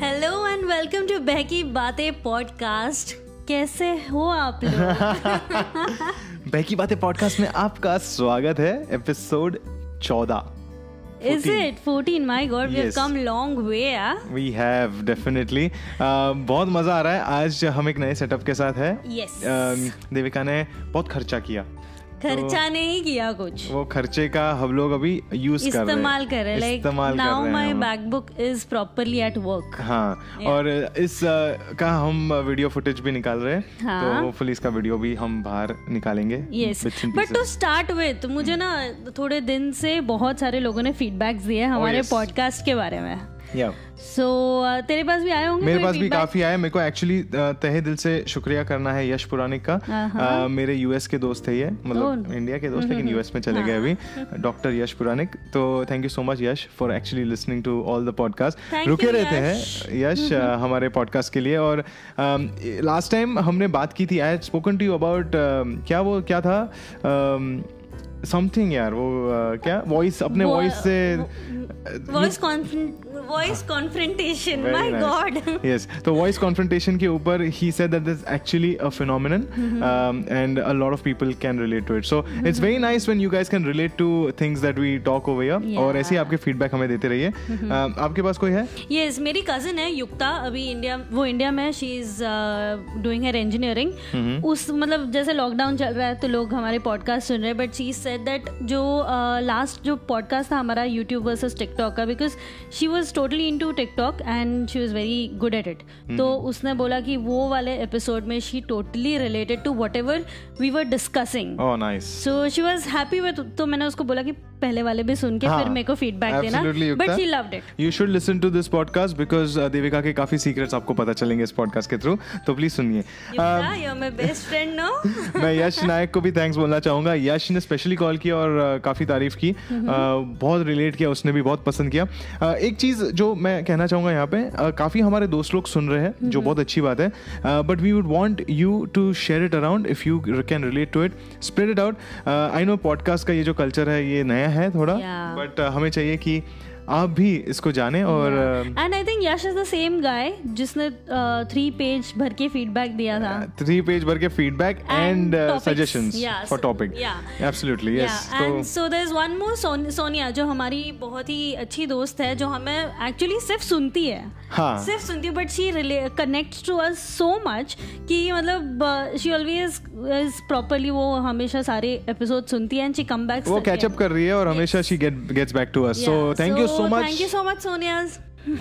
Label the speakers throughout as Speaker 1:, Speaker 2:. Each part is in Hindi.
Speaker 1: Hello and welcome to Behki Baatein podcast कैसे हो आप लोग
Speaker 2: बहकी बातें पॉडकास्ट में आपका स्वागत है episode 14
Speaker 1: is it 14 my god we have
Speaker 2: Yes.
Speaker 1: Come long way yeah
Speaker 2: we have definitely uh, बहुत मजा आ रहा है आज हम एक नए सेटअप के साथ है
Speaker 1: Yes.
Speaker 2: Um, देविका ने बहुत खर्चा किया तो
Speaker 1: खर्चा नहीं किया कुछ
Speaker 2: वो खर्चे का हम लोग अभी यूज कर रहे
Speaker 1: इस्तेमाल कर रहे लाइक
Speaker 2: इस्तेमाल कर
Speaker 1: नाउ
Speaker 2: रहे हैं
Speaker 1: माय
Speaker 2: हम।
Speaker 1: MacBook is properly at work
Speaker 2: हाँ और इस uh, का हम वीडियो फुटेज भी निकाल रहे हैं
Speaker 1: हाँ।
Speaker 2: तो होपफुली इसका वीडियो भी हम बाहर निकालेंगे
Speaker 1: yes
Speaker 2: bits and Hmm.
Speaker 1: But to start with मुझे ना थोड़े दिन से बहुत सारे लोगों ने फीडबैक दिए हमारे
Speaker 2: Oh, yes.
Speaker 1: पॉडकास्ट के बारे में
Speaker 2: pieces. Yeah.
Speaker 1: सो तेरे पास भी आए होंगे
Speaker 2: मेरे
Speaker 1: कोई
Speaker 2: पास भी
Speaker 1: feedback?
Speaker 2: काफी आया मेरे को एक्चुअली तहे दिल से शुक्रिया करना है यश पुराणिक का
Speaker 1: हाँ,
Speaker 2: अ, मेरे यूएस के दोस्त है ये मतलब इंडिया के दोस्त
Speaker 1: हम्म,
Speaker 2: लेकिन यूएस में चले
Speaker 1: हाँ।
Speaker 2: गए अभी डॉक्टर यश पुराणिक तो thank you so much Yash for actually listening to all the podcast
Speaker 1: Thank
Speaker 2: रुके
Speaker 1: you,
Speaker 2: रहते हैं
Speaker 1: यश। हम्म,
Speaker 2: यश अ, हमारे पॉडकास्ट के लिए और लास्ट टाइम हमने बात की थी I had spoken to you about um, क्या वो क्या था समथिंग यार वो अ, क्या वॉइस अपने
Speaker 1: वो-
Speaker 2: वॉइस से
Speaker 1: वॉइस वॉइस कॉन्फ्रेंटेशन
Speaker 2: हाँ। Very
Speaker 1: my
Speaker 2: nice.
Speaker 1: God
Speaker 2: yes तो voice confrontation के ऊपर he said that this actually a phenomenon
Speaker 1: Mm-hmm.
Speaker 2: um, and a lot of people can relate to it so it's very nice when you guys can relate to things that we talk over here
Speaker 1: Yeah. Mm-hmm.
Speaker 2: और ऐसे ही आपके feedback हमें देते रहिए um, आपके पास कोई है
Speaker 1: यस मेरी कजन है युक्ता अभी इंडिया वो इंडिया में she is doing her
Speaker 2: Mm-hmm.
Speaker 1: Engineering उस मतलब जैसे लॉकडाउन चल रहा है तो लोग हमारे पॉडकास्ट सुन रहे हैं बट शी सेड दैट जो लास्ट जो पॉडकास्ट था हमारा यूट्यूब वर्सेस टिकटॉक का because she was totally into TikTok and she was very good at it
Speaker 2: Mm-hmm.
Speaker 1: तो उसने बोला कि वो वाले एपिसोड में she totally related to whatever we were discussing
Speaker 2: oh nice
Speaker 1: so she was happy with तो मैंने उसको बोला कि पहले वाले भी सुन के
Speaker 2: हाँ,
Speaker 1: फिर मेरे को फीडबैक देना
Speaker 2: absolutely,
Speaker 1: बट
Speaker 2: Yukta.
Speaker 1: She loved it
Speaker 2: you should listen to this podcast because uh, Devika के काफी secrets आपको पता चलेंगे इस podcast के through तो please सुनिए Um,
Speaker 1: Yukta your my best friend no
Speaker 2: मैं यश नायक को भी थैंक्स बोलना चाहूंगा यश ने स्पेशली कॉल किया और अ, काफी तारीफ की अ, बहुत रिलेट किया उसने भी बहुत पसंद किया अ, एक चीज जो मैं कहना चाहूंगा यहाँ पे अ, काफी हमारे दोस्त लोग सुन रहे हैं जो बहुत अच्छी बात है but we would want you to share it around if you can relate to it spread it out I know podcast का ये जो कल्चर है ये नया है थोड़ा
Speaker 1: Yeah.
Speaker 2: बट हमें चाहिए कि आप भी इसको जाने और अ,
Speaker 1: and I think Yash is the same guy जिसने थ्री पेज भर के फीडबैक दिया था
Speaker 2: थ्री पेज भर के feedback
Speaker 1: And
Speaker 2: and
Speaker 1: topics.
Speaker 2: Suggestions
Speaker 1: Yeah,
Speaker 2: for
Speaker 1: so-
Speaker 2: topic
Speaker 1: yeah.
Speaker 2: Absolutely yes
Speaker 1: and so there is one more Sonia जो हमारी बहुत ही अच्छी दोस्त है जो हमें एक्चुअली सिर्फ सुनती है
Speaker 2: हाँ
Speaker 1: सिर्फ सुनती हूँ but she connect to us so much कि मतलब शी ऑलवेज इज प्रॉपरली वो हमेशा सारे एपिसोड सुनती है एंड शी कम बैक
Speaker 2: वो कैचअप कर रही है और हमेशा she gets back to us so thank you so much
Speaker 1: thank you so much Sonia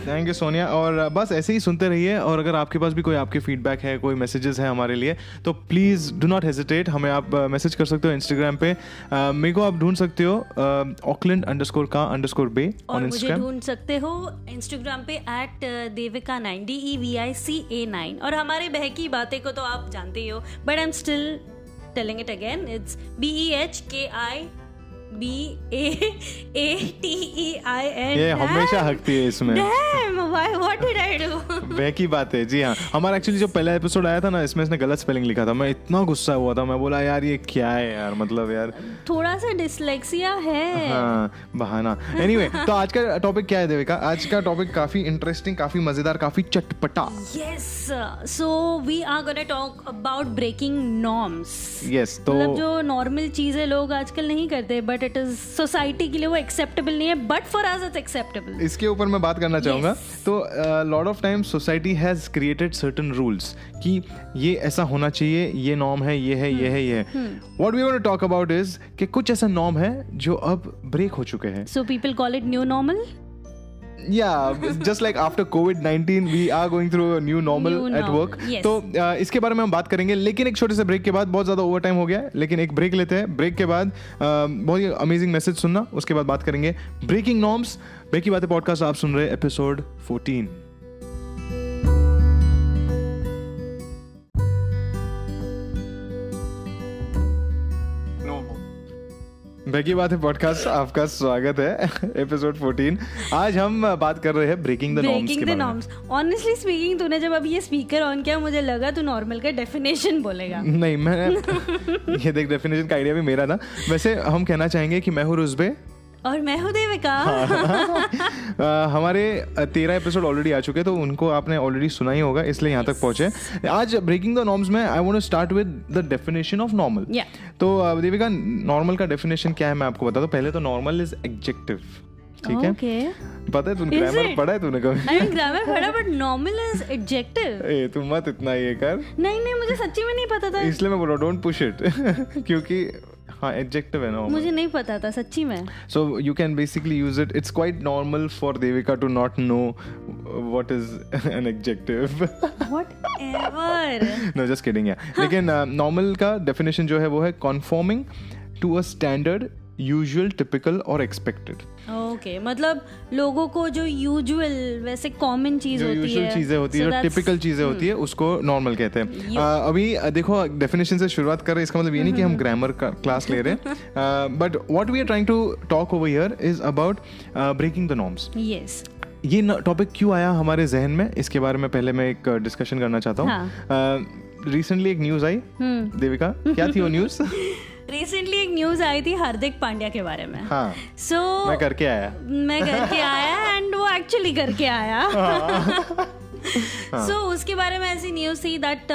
Speaker 2: thank you Sonia और uh, बस ऐसे ही सुनते रहिए और अगर आपके पास भी कोई आपके फीडबैक है कोई मैसेजेस है हमारे लिए तो प्लीज़ डू नॉट हेजिटेट हमें आप मैसेज कर सकते हो इंस्टाग्राम पे Uh, मेरे को आप ढूंढ सकते हो uh, ऑकलैंड अंडर स्कोर का अंडर स्कोर बे
Speaker 1: और
Speaker 2: ऑन
Speaker 1: मुझे
Speaker 2: इंस्टाग्राम
Speaker 1: ढूंढ सकते हो इंस्टाग्राम पे uh, at Devika nine D E V I C A nine और हमारे बहकी बातें को तो आप जानते ही हो but I am still telling it again it's B E H K I B A A T E I N
Speaker 2: ये हमेशा हकती है इसमें
Speaker 1: Damn, why, what did I do?
Speaker 2: वह की बात है जी हाँ हमारा एक्चुअली जो पहला एपिसोड आया था ना इसमें इसने गलत स्पेलिंग लिखा था मैं इतना गुस्सा हुआ था मैं बोला यार ये क्या है यार मतलब यार
Speaker 1: थोड़ा सा डिसलेक्सिया है
Speaker 2: हाँ बहाना एनीवे तो आज का टॉपिक क्या है देविका आज का टॉपिक काफी इंटरेस्टिंग काफी मजेदार काफी चटपटा
Speaker 1: yes so we are gonna talk about breaking norms
Speaker 2: yes तो
Speaker 1: मतलब जो नॉर्मल चीजें लोग आजकल नहीं करते बट इट इज सोसाइटी के लिए वो एक्सेप्टेबल नहीं है but for us it's acceptable
Speaker 2: इसके ऊपर मैं बात करना चाहूंगा तो lot of time society has created certain rules कि ये ऐसा होना चाहिए ये नॉर्म है ये है ये
Speaker 1: हम्म,
Speaker 2: है ये है what we want to talk about is कि कुछ ऐसा नॉर्म है जो अब ब्रेक हो चुके हैं
Speaker 1: so people call it new normal
Speaker 2: yeah just like after covid 19 we are going through a new normal
Speaker 1: New
Speaker 2: at
Speaker 1: normal,
Speaker 2: work
Speaker 1: yes.
Speaker 2: तो अ, इसके बारे में हम बात करेंगे लेकिन एक छोटे से ब्रेक के बाद बहुत ज्यादा ओवर टाइम हो गया है लेकिन एक ब्रेक लेते हैं ब्रेक के बाद अ, बहुत ही अमेजिंग मैसेज सुनना उसके बाद बात करेंगे ब्रेकिंग नॉर्म्स ब्रेक की बातें पॉडकास्ट आप सुन रहे हैं एपिसोड 14 बेकी बात है पॉडकास्ट आपका स्वागत है एपिसोड 14 आज हम अ, बात कर रहे हैं ब्रेकिंग द नॉर्म्स
Speaker 1: ब्रेकिंग
Speaker 2: के
Speaker 1: द
Speaker 2: बारे में
Speaker 1: नॉर्म्स ऑनेस्टली स्पीकिंग तूने जब अभी ये स्पीकर ऑन किया मुझे लगा तू नॉर्मल का डेफिनेशन बोलेगा
Speaker 2: नहीं मैं ये देख डेफिनेशन का आइडिया भी मेरा था वैसे हम कहना चाहेंगे कि मैं हूँ रुजबे
Speaker 1: और मैं हूँ देविका
Speaker 2: हाँ, अ, हमारे तेरह एपिसोड ऑलरेडी आ चुके हैं तो उनको आपने ऑलरेडी सुना ही होगा इसलिए यहाँ तक पहुंचे आज ब्रेकिंग द नॉर्म्स में I want to start with the definition of normal
Speaker 1: Yeah.
Speaker 2: तो अ, देविका नॉर्मल का डेफिनेशन क्या है मैं आपको बता दूं पहले तो नॉर्मल इज एडजेक्टिव ठीक है
Speaker 1: ओके
Speaker 2: पता है तूने
Speaker 1: Is
Speaker 2: ग्रामर
Speaker 1: it?
Speaker 2: पढ़ा है तूने कभी
Speaker 1: आई मीन ग्रामर पढ़ा बट नॉर्मल इज एडजेक्टिव
Speaker 2: ए तू मत इतना ये कर
Speaker 1: नहीं नहीं मुझे सच्ची में नहीं पता था
Speaker 2: इसलिए मैं बोल रहा हूँ डोंट पुश इट क्योंकि हाँ एडजेक्टिव है नॉर्मल
Speaker 1: मुझे नहीं पता था सच्ची में
Speaker 2: So you can basically use it. It's quite normal for Devika to not know uh, what is an adjective.
Speaker 1: Whatever
Speaker 2: no, just kidding. Yeah. लेकिन नॉर्मल का डेफिनेशन जो है वो है conforming to a standard usual typical और एक्सपेक्टेड
Speaker 1: ओके मतलब लोगों को जो यूजुअल वैसे कॉमन चीज
Speaker 2: जो
Speaker 1: होती
Speaker 2: यूजुअल
Speaker 1: है
Speaker 2: चीजें होती
Speaker 1: so
Speaker 2: है जो
Speaker 1: that's- Hmm.
Speaker 2: टिपिकल चीजें होती है उसको नॉर्मल कहते हैं
Speaker 1: You-
Speaker 2: Uh, अभी uh, देखो डेफिनेशन से शुरुआत कर रहे हैं इसका मतलब ये नहीं कि
Speaker 1: Mm-hmm.
Speaker 2: हम ग्रामर का क्लास ले रहे हैं Uh, but what we are trying to talk over here is about breaking the norms
Speaker 1: Yes.
Speaker 2: ये टॉपिक क्यों आया हमारे जहन में इसके बारे में पहले मैं एक डिस्कशन करना चाहता
Speaker 1: हाँ.
Speaker 2: हूँ रिसेंटली एक न्यूज आई
Speaker 1: Hmm.
Speaker 2: देविका क्या थी वो न्यूज
Speaker 1: रिसेंटली एक न्यूज आई थी हार्दिक पांड्या के बारे में
Speaker 2: हाँ
Speaker 1: सो
Speaker 2: मैं करके आया
Speaker 1: मैं करके आया एंड वो एक्चुअली करके आया
Speaker 2: हाँ।
Speaker 1: सो उसके बारे में ऐसी न्यूज थी uh, that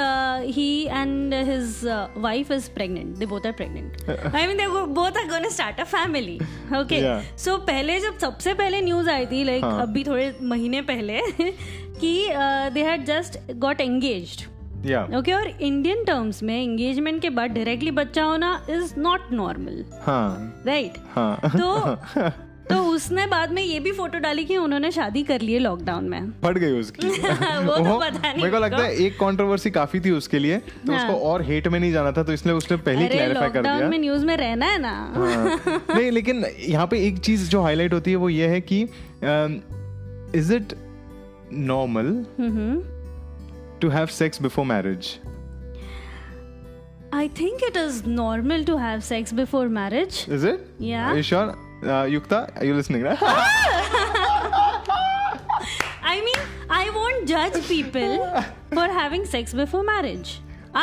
Speaker 1: he and his wife is pregnant they both are pregnant I mean they both are gonna start a family okay
Speaker 2: Yeah.
Speaker 1: So पहले जब सबसे पहले न्यूज आई थी लाइक
Speaker 2: हाँ।
Speaker 1: अभी थोड़े महीने पहले कि uh, they had just got engaged
Speaker 2: या
Speaker 1: ओके और इंडियन टर्म्स में एंगेजमेंट के बाद डायरेक्टली बच्चा होना इज नॉट नॉर्मल
Speaker 2: हाँ
Speaker 1: राइट
Speaker 2: हाँ
Speaker 1: तो तो उसने बाद में ये भी फोटो डाली कि उन्होंने शादी कर ली है लॉकडाउन में
Speaker 2: फट गई उसकी
Speaker 1: वो तो पता नहीं
Speaker 2: मेरे को लगता है एक कंट्रोवर्सी काफी थी उसके लिए तो
Speaker 1: हाँ।
Speaker 2: उसको और हेट में नहीं जाना था तो इसलिए उसने पहले ही
Speaker 1: अरे
Speaker 2: क्लैरिफाई कर
Speaker 1: लॉकडाउन
Speaker 2: दिया
Speaker 1: में न्यूज में रहना है ना
Speaker 2: हाँ। नहीं लेकिन यहाँ पे एक चीज जो हाईलाइट होती है वो ये है कि is it normal to have sex before marriage
Speaker 1: I think it is normal to have sex before marriage
Speaker 2: Is it?
Speaker 1: Yeah.
Speaker 2: Are you sure? Uh, Yukta, are you listening? Right?
Speaker 1: I mean I won't जज people for having sex before marriage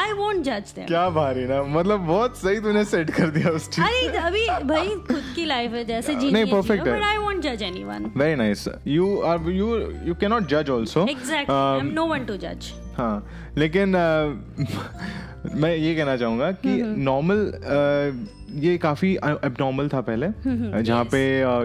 Speaker 1: I won't जज देम
Speaker 2: क्या भारी ना मतलब बहुत सही तूने सेट कर दिया उस चीज
Speaker 1: अरे अभी भाई खुद की लाइफ है जैसे जीनी
Speaker 2: नहीं, perfect है।
Speaker 1: बट आई वोंट जज anyone
Speaker 2: very nice you are you you can not जज also
Speaker 1: exactly
Speaker 2: Um,
Speaker 1: I am no one two जज
Speaker 2: Uh, हाँ लेकिन uh, मैं ये कहना चाहूंगा कि नॉर्मल ये काफी एबनॉर्मल था पहले uh, जहाँ पे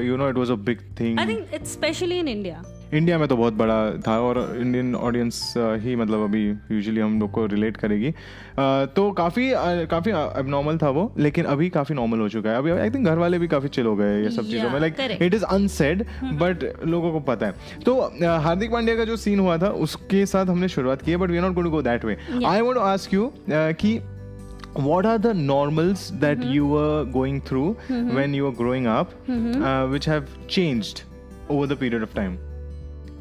Speaker 2: you know it was a big thing
Speaker 1: I think it's specially in India
Speaker 2: India में तो बहुत बड़ा था और इंडियन ऑडियंस ही मतलब अभी यूजुअली हम लोग को रिलेट करेगी अ, तो काफ़ी काफ़ी एबनॉर्मल uh, था वो लेकिन अभी काफ़ी नॉर्मल हो चुका है अभी आई थिंक घर वाले भी काफ़ी चिल हो गए हैं ये सब चीज़ों
Speaker 1: Yeah,
Speaker 2: में like
Speaker 1: correct.
Speaker 2: It is unsaid but लोगों को पता है तो अ, हार्दिक पांड्या का जो सीन हुआ था उसके साथ हमने शुरुआत की है but we are not going to go that way I want to ask you कि what are the normals that
Speaker 1: Mm-hmm.
Speaker 2: you were going through when you were growing up
Speaker 1: Mm-hmm.
Speaker 2: uh, which have changed over the period of time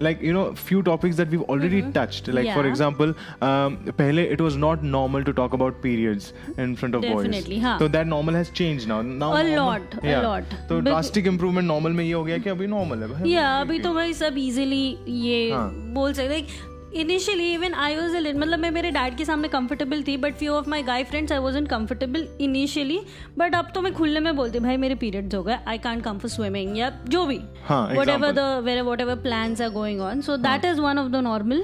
Speaker 2: like you know few topics that we've already touched like for
Speaker 1: Mm-hmm. Yeah.
Speaker 2: example um, pehle it was not normal to talk about periods in front of
Speaker 1: Definitely,
Speaker 2: boys
Speaker 1: हाँ.
Speaker 2: so that normal has changed now now
Speaker 1: A
Speaker 2: normal-
Speaker 1: lot, a
Speaker 2: yeah.
Speaker 1: lot.
Speaker 2: तो
Speaker 1: Bec-
Speaker 2: drastic improvement normal में ये हो गया कि अभी normal है भाई
Speaker 1: या अभी तो भाई सब इजीली ये
Speaker 2: हाँ।
Speaker 1: बोल सकते इनिशियली इवन आई वॉज मतलब मैं मेरे डैड के सामने कंफर्टेबल थी but few of my guy friends I was in comfortable initially but अब तो मैं खुले में बोलती हूँ, भाई मेरे पीरियड्स हो गए I can't come for swimming या जो भी
Speaker 2: हाँ,
Speaker 1: वट एवर
Speaker 2: example. हाँ।
Speaker 1: The where whatever plans are going on so that is one of the normal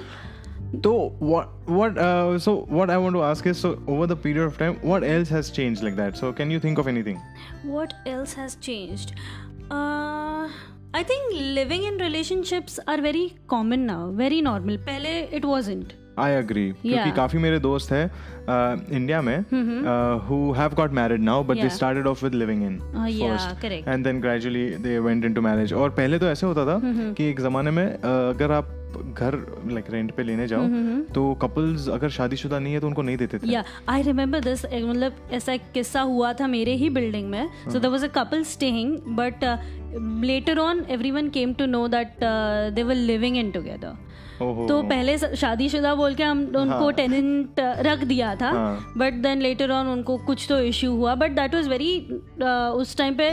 Speaker 2: तो what what uh, so what I want to ask is so over the period of time what else has changed like that so can you think of anything
Speaker 1: what else has changed uh, i think living in relationships are very common now very normal pehle it wasn't
Speaker 2: I agree क्योंकि काफी मेरे दोस्त हैं uh, इंडिया में uh, who have got married now but they
Speaker 1: hmm Yeah.
Speaker 2: started off with living in
Speaker 1: uh, yeah
Speaker 2: first.
Speaker 1: correct
Speaker 2: and then gradually they went into marriage और पहले तो ऐसे होता था
Speaker 1: हम्म
Speaker 2: कि एक जमाने में अ, अगर आप घर लाइक रेंट पे लेने जाओ
Speaker 1: हम्म
Speaker 2: तो कपल्स अगर शादीशुदा नहीं है तो उनको नहीं देते थे
Speaker 1: या आई रिमेम्बर दिस मतलब ऐसा एक किस्सा हुआ था मेरे ही बिल्डिंग में so there was a couple staying but uh, later on everyone came to know that they were living in together
Speaker 2: ओहो
Speaker 1: तो पहले स- शादीशुदा बोल के हम उनको टेनेंट रख दिया था
Speaker 2: हाँ।
Speaker 1: बट देन लेटर ऑन उनको कुछ तो इश्यू हुआ but that was very uh, उस टाइम पे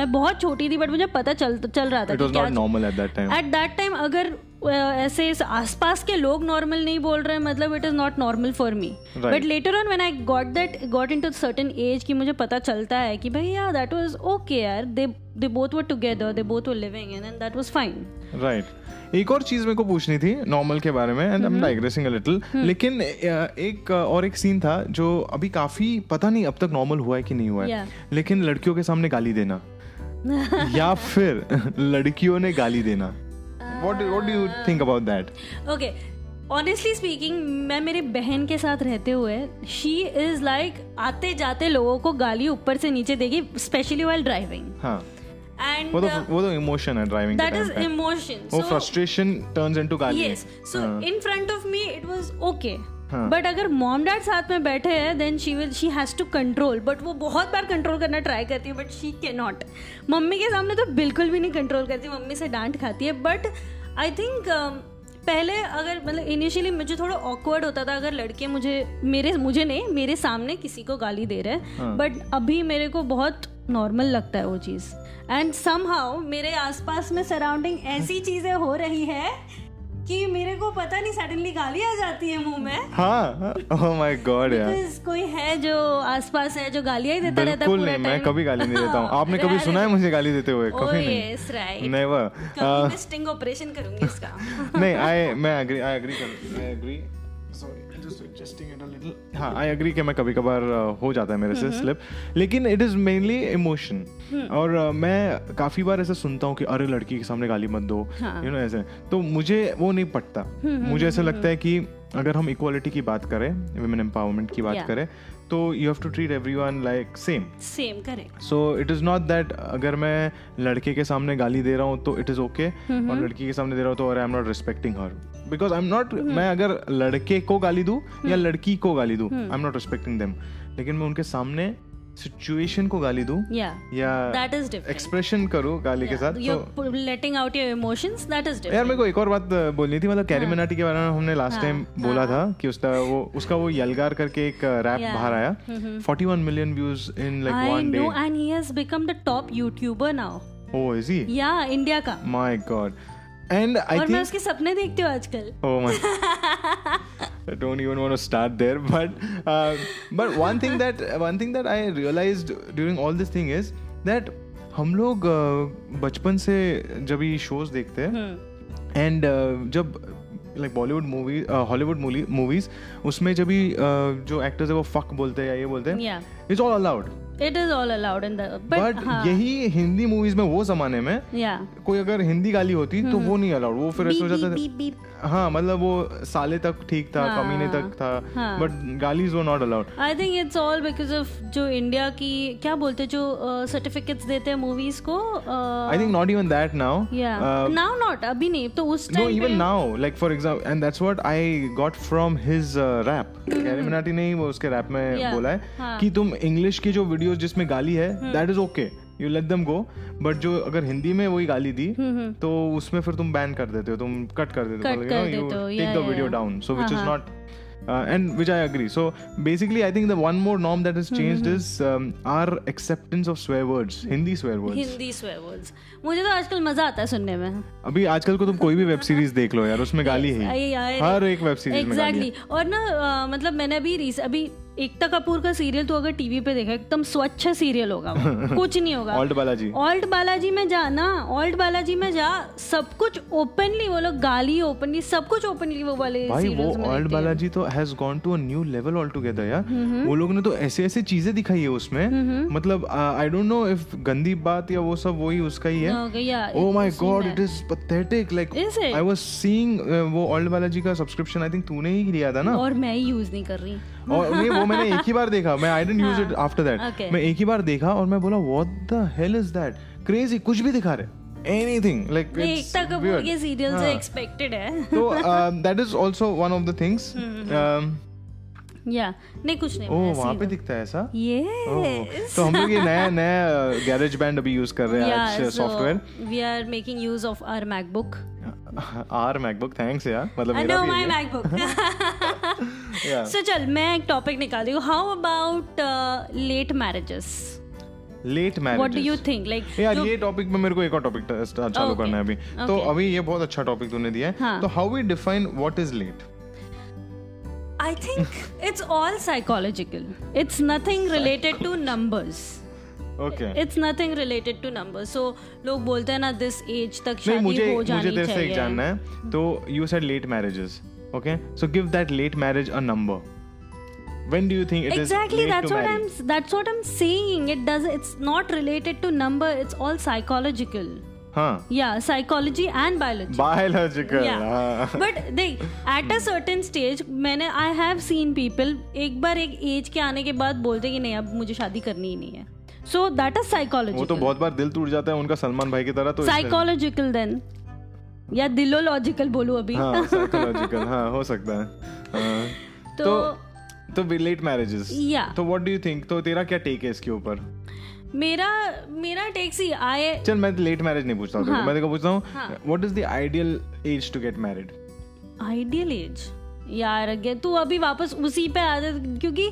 Speaker 1: मैं बहुत छोटी थी बट मुझे पता चल चल रहा था
Speaker 2: इट
Speaker 1: कि
Speaker 2: वाज
Speaker 1: क्या
Speaker 2: not normal at that time
Speaker 1: at that time अगर अ, ऐसे इस आसपास के लोग नॉर्मल नहीं बोल रहे हैं मतलब it is not normal for me
Speaker 2: Right.
Speaker 1: But later on when I got that got into certain age कि मुझे पता चलता है कि भाई यार दैट वाज ओके यार they they both were together they both were living and that was fine
Speaker 2: right एक और चीज मेरे को पूछनी थी नॉर्मल के बारे में and
Speaker 1: hmm.
Speaker 2: I am digressing a little लेकिन अ, एक अ, और एक सीन था जो अभी काफी पता नहीं अब तक नॉर्मल हुआ है कि नहीं हुआ है लेकिन लड़कियों के सामने गाली देना या फिर लड़कियों ने गाली देना what what do you
Speaker 1: Uh,
Speaker 2: think about that
Speaker 1: okay honestly speaking मैं मेरी बहन के साथ रहते हुए शी इज लाइक आते जाते लोगों को गाली ऊपर से नीचे देगी स्पेशली वाइल ड्राइविंग
Speaker 2: हाँ
Speaker 1: एंड
Speaker 2: वो तो वो तो इमोशन है ड्राइविंग
Speaker 1: दैट
Speaker 2: के
Speaker 1: इज
Speaker 2: टाइम
Speaker 1: इमोशन
Speaker 2: पे वो फ्रस्ट्रेशन टर्न्स इनटू गाली
Speaker 1: yes so in front of me it was okay
Speaker 2: हाँ।
Speaker 1: बट अगर मॉम डैड साथ में बैठे हैं then she will she has to control but वो बहुत बार कंट्रोल करना ट्राई करती है but she can not mummy के सामने तो बिल्कुल भी नहीं कंट्रोल करती मम्मी से डांट खाती है बट आई थिंक um, पहले अगर मतलब इनिशियली मुझे थोड़ा ऑकवर्ड होता था अगर लड़के मुझे मेरे मुझे नहीं मेरे सामने किसी को गाली दे रहे
Speaker 2: हाँ।
Speaker 1: हैं बट अभी मेरे को बहुत नॉर्मल लगता है वो चीज़ एंड सम मेरे आसपास में सराउंडिंग ऐसी चीज़ें हो रही है कि मेरे को पता नहीं सडनली गाली आ जाती है मुंह में
Speaker 2: हाँ ओह माय गॉड यार
Speaker 1: Because कोई है जो आसपास है जो गालियां ही देता रहता है
Speaker 2: बिल्कुल
Speaker 1: पूरा
Speaker 2: नहीं मैं
Speaker 1: time.
Speaker 2: कभी गाली नहीं देता हूँ आपने कभी
Speaker 1: Rare
Speaker 2: सुना है मुझे गाली देते हुए
Speaker 1: Oh,
Speaker 2: कभी
Speaker 1: yes,
Speaker 2: नहीं Mm. Uh,
Speaker 1: right.
Speaker 2: नेवर
Speaker 1: कभी मैं स्टिंग ऑपरेशन करूंगी इसका
Speaker 2: नहीं आई मैं agree I agree I agree sorry just adjusting it a little हाँ आई एग्री कि मैं कभी कभार हो जाता है मेरे से स्लिप लेकिन इट इज़ मेनली इमोशन और uh, मैं काफ़ी बार ऐसा सुनता हूँ कि अरे लड़की के सामने गाली मत दो यू नो ऐसे तो मुझे वो नहीं पटता मुझे ऐसा लगता है कि अगर हम इक्वालिटी की बात करें वुमेन एम्पावरमेंट की बात
Speaker 1: Yeah.
Speaker 2: करें तो you have to treat everyone like same
Speaker 1: same correct
Speaker 2: so it is not that अगर मैं लड़के के सामने गाली दे रहा हूँ तो इट इज़ ओके और लड़की के सामने दे रहा हूँ तो अरे I am not respecting her because I am not मैं अगर लड़के को गाली दूँ या लड़की को गाली दूँ I am not respecting them लेकिन मैं उनके सामने सिचुएशन को गाली दूँ
Speaker 1: या
Speaker 2: या
Speaker 1: दैट इज डिफरेंट
Speaker 2: एक्सप्रेशन करूँ गाली के साथ तो
Speaker 1: you letting out your emotions that is
Speaker 2: यार मेरे को एक और बात अ, बोलनी थी मतलब कैरी मिनाटी के बारे में हमने लास्ट टाइम बोला था कि उसका वो उसका वो यलगार करके एक रैप
Speaker 1: Yeah.
Speaker 2: बाहर आया 41 million views in like
Speaker 1: I
Speaker 2: one
Speaker 1: no
Speaker 2: day
Speaker 1: and he has become the top YouTuber now
Speaker 2: oh is he
Speaker 1: या इंडिया का
Speaker 2: my god and
Speaker 1: और
Speaker 2: i
Speaker 1: मैं
Speaker 2: think
Speaker 1: उसके सपने देखती हूँ आजकल
Speaker 2: oh my i don't even want to start there but uh, but one thing that one thing that i realized during all this thing is that हम लोग uh, बचपन से जब ये शोज देखते
Speaker 1: Hmm.
Speaker 2: हैं एंड जब like Bollywood movie Hollywood movies उसमें जब भी uh, जो एक्टर्स है वो फक बोलते हैं या ये बोलते हैं
Speaker 1: या
Speaker 2: it's all allowed
Speaker 1: it is all allowed in the
Speaker 2: but
Speaker 1: हाँ.
Speaker 2: यही हिंदी मूवीज में वो जमाने में
Speaker 1: या
Speaker 2: कोई अगर हिंदी गाली होती तो वो नहीं अलाउड वो फिर ऐसा हो जाता था
Speaker 1: हम्म। बीप बीप हाँ,
Speaker 2: हाँ मतलब वो साले तक ठीक था कमीने तक था बट गालीज वो not allowed
Speaker 1: I think it's all because of जो इंडिया की क्या बोलते हैं जो सर्टिफिकेट्स देते हैं मूवीज को
Speaker 2: I think not even that now
Speaker 1: या
Speaker 2: uh,
Speaker 1: नाउ नॉट अभी नहीं तो उस
Speaker 2: no
Speaker 1: time
Speaker 2: even now like for example and that's what I got from his rap CarryMinati ने ही वो उसके रैप में
Speaker 1: Mm-hmm। Yeah, हाँ। हम्म।
Speaker 2: बोला है कि तुम इंग्लिश की जो वीडियोस जिसमें गाली है that is okay you let them go but जो अगर हिंदी में वही गाली दी
Speaker 1: हम्म,
Speaker 2: तो उसमें फिर तुम बैन कर देते हो तुम कट कर देते
Speaker 1: Cut
Speaker 2: हो
Speaker 1: कर
Speaker 2: यू
Speaker 1: देते हो,
Speaker 2: take
Speaker 1: yeah,
Speaker 2: the
Speaker 1: yeah,
Speaker 2: video
Speaker 1: yeah. हाँ,
Speaker 2: down so which is not uh, and which i agree so basically i think the one more norm that has
Speaker 1: hmm,
Speaker 2: changed is um, our acceptance of swear words hindi swear words
Speaker 1: Hindi swear words मुझे तो आजकल मजा आता है सुनने में
Speaker 2: अभी आजकल को तुम कोई भी वेब सीरीज देख लो यार उसमें गाली है
Speaker 1: आई- आई-
Speaker 2: ही। हर एक वेब सीरीज में गाली है।
Speaker 1: एग्जैक्टली और ना अ, मतलब मैंने अभी रिस- अभी एकता कपूर का सीरियल तो अगर टीवी पे देखा एकदम स्वच्छ सीरियल होगा वो। कुछ नहीं होगा
Speaker 2: ऑल्ट बालाजी
Speaker 1: ऑल्ट बालाजी में जा ना ऑल्ट बालाजी में जा सब कुछ ओपनली वो लोग गाली ओपनली सब कुछ ओपनली वो वाले
Speaker 2: भाई वो
Speaker 1: serials में
Speaker 2: ऑल्ट
Speaker 1: देते हैं।
Speaker 2: बालाजी तो has gone to a new level all together यार
Speaker 1: हम्म,
Speaker 2: वो लोग ने तो ऐसे ऐसे चीजें दिखाई है उसमें मतलब आई डोंट नो इफ गंदी बात या वो सब वही उसका ही है
Speaker 1: Okay, yeah,
Speaker 2: oh my
Speaker 1: seen
Speaker 2: god
Speaker 1: that.
Speaker 2: It is pathetic like
Speaker 1: Is it?
Speaker 2: I was seeing uh, वो ऑल्ट बालाजी का सब्सक्रिप्शन आई थिंक तूने ही लिया था ना
Speaker 1: और मैं ही यूज नहीं कर रही
Speaker 2: और नहीं वो मैंने एक ही बार देखा मैं I didn't use it after that
Speaker 1: हाँ, okay.
Speaker 2: मैं एक ही बार देखा और मैं बोला what the hell is that crazy कुछ भी दिखा रहे एनीथिंग लाइक
Speaker 1: ये एकता कपूर के सीरियल से
Speaker 2: हाँ।
Speaker 1: एक्सपेक्टेड है
Speaker 2: तो that is also one of the things
Speaker 1: हम्म, या नहीं कुछ नहीं
Speaker 2: ओ
Speaker 1: मैं
Speaker 2: Um, oh, वहाँ पे
Speaker 1: ऐसे
Speaker 2: दिखता है ऐसा
Speaker 1: ही-
Speaker 2: Oh,
Speaker 1: ये
Speaker 2: तो हम लोग ये नया नया गैरेज बैंड अभी यूज कर रहे हैं आज uh, software
Speaker 1: we are making use of our MacBook
Speaker 2: or MacBook thanks यार मतलब
Speaker 1: आई
Speaker 2: मेरा
Speaker 1: नो
Speaker 2: भी
Speaker 1: माय
Speaker 2: है
Speaker 1: मैकबुक
Speaker 2: Yeah.
Speaker 1: सो चल मैं एक टॉपिक निकाली हूँ how about late marriages
Speaker 2: late
Speaker 1: uh, what
Speaker 2: marriage
Speaker 1: do you think like
Speaker 2: यार
Speaker 1: जो-
Speaker 2: ये टॉपिक में मेरे को एक और टॉपिक चालू
Speaker 1: तो- Okay,
Speaker 2: करना है अभी तो
Speaker 1: okay.
Speaker 2: अभी ये बहुत अच्छा टॉपिक तूने दिया है
Speaker 1: हाँ।
Speaker 2: तो how we define what is late
Speaker 1: I think it's all psychological. It's nothing related to numbers.
Speaker 2: Okay
Speaker 1: It's nothing related to numbers. So लोग बोलते हैं ना this age तक
Speaker 2: नहीं
Speaker 1: शादी
Speaker 2: मुझे
Speaker 1: हो
Speaker 2: मुझे
Speaker 1: जानी
Speaker 2: तेरे से एक
Speaker 1: चाहिए. हम्म।
Speaker 2: जानना है तो you said late marriages okay so give that late marriage a number when do you think it is
Speaker 1: Exactly, that's what I'm. That's what I'm saying. It does. It's not related to number. It's all psychological.
Speaker 2: हाँ
Speaker 1: Yeah, psychology and biology.
Speaker 2: Biological
Speaker 1: yeah
Speaker 2: हाँ।
Speaker 1: but they at a certain stage मैंने आई हैव सीन पीपल एक बार एक एज के आने के बाद बोलते हैं कि नहीं अब मुझे शादी करनी ही नहीं है सो दैट इज
Speaker 2: वो तो
Speaker 1: साइकोलॉजिकल
Speaker 2: बहुत बार दिल टूट जाता है उनका सलमान भाई की तरह तो इसलिए-
Speaker 1: साइकोलॉजिकल देन या दिलोलॉजिकल बोलूं अभी
Speaker 2: हाँ साइकोलॉजिकल हाँ हो सकता है हाँ।
Speaker 1: तो-
Speaker 2: तो तो लेट मैरिजेस
Speaker 1: या
Speaker 2: तो व्हाट डू यू थिंक तो तेरा क्या टेक है इसके ऊपर
Speaker 1: मेरा मेरा टैक्सी आई
Speaker 2: चल मैं लेट मैरिज नहीं पूछता हूँ तुझे,
Speaker 1: हाँ।
Speaker 2: मैं तेरे को पूछता हूँ what is the ideal age to get married
Speaker 1: ideal age यार अगे तू अभी वापस उसी पे आ जा क्योंकि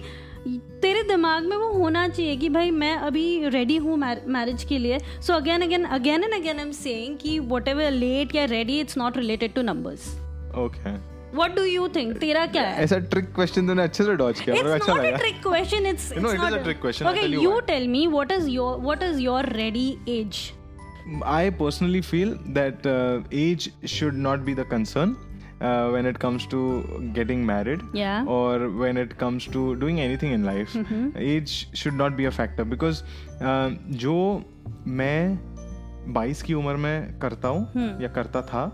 Speaker 1: तेरे दिमाग में वो होना चाहिए कि भाई मैं अभी रेडी हूँ मैरिज के लिए so again again again and again I am saying कि वट एवर लेट या ready it's not related to numbers
Speaker 2: okay
Speaker 1: what do you think तेरा क्या है
Speaker 2: ऐसा ट्रिक क्वेश्चन तूने अच्छे से डॉच किया मेरे को
Speaker 1: It's
Speaker 2: अच्छा
Speaker 1: not a
Speaker 2: लगा
Speaker 1: trick question. It's,
Speaker 2: No,
Speaker 1: it's
Speaker 2: it is
Speaker 1: not
Speaker 2: a trick question. I'll
Speaker 1: Okay,
Speaker 2: tell you why.
Speaker 1: tell me what is your what is your ready age?
Speaker 2: I personally feel that uh, age should not be the concern uh, when it comes to getting married
Speaker 1: Yeah.
Speaker 2: or when it comes to doing anything in life.
Speaker 1: Mm-hmm.
Speaker 2: Age should not be a factor because uh, जो मैं 22 की उम्र में करता
Speaker 1: हम्म।
Speaker 2: हूँ या करता था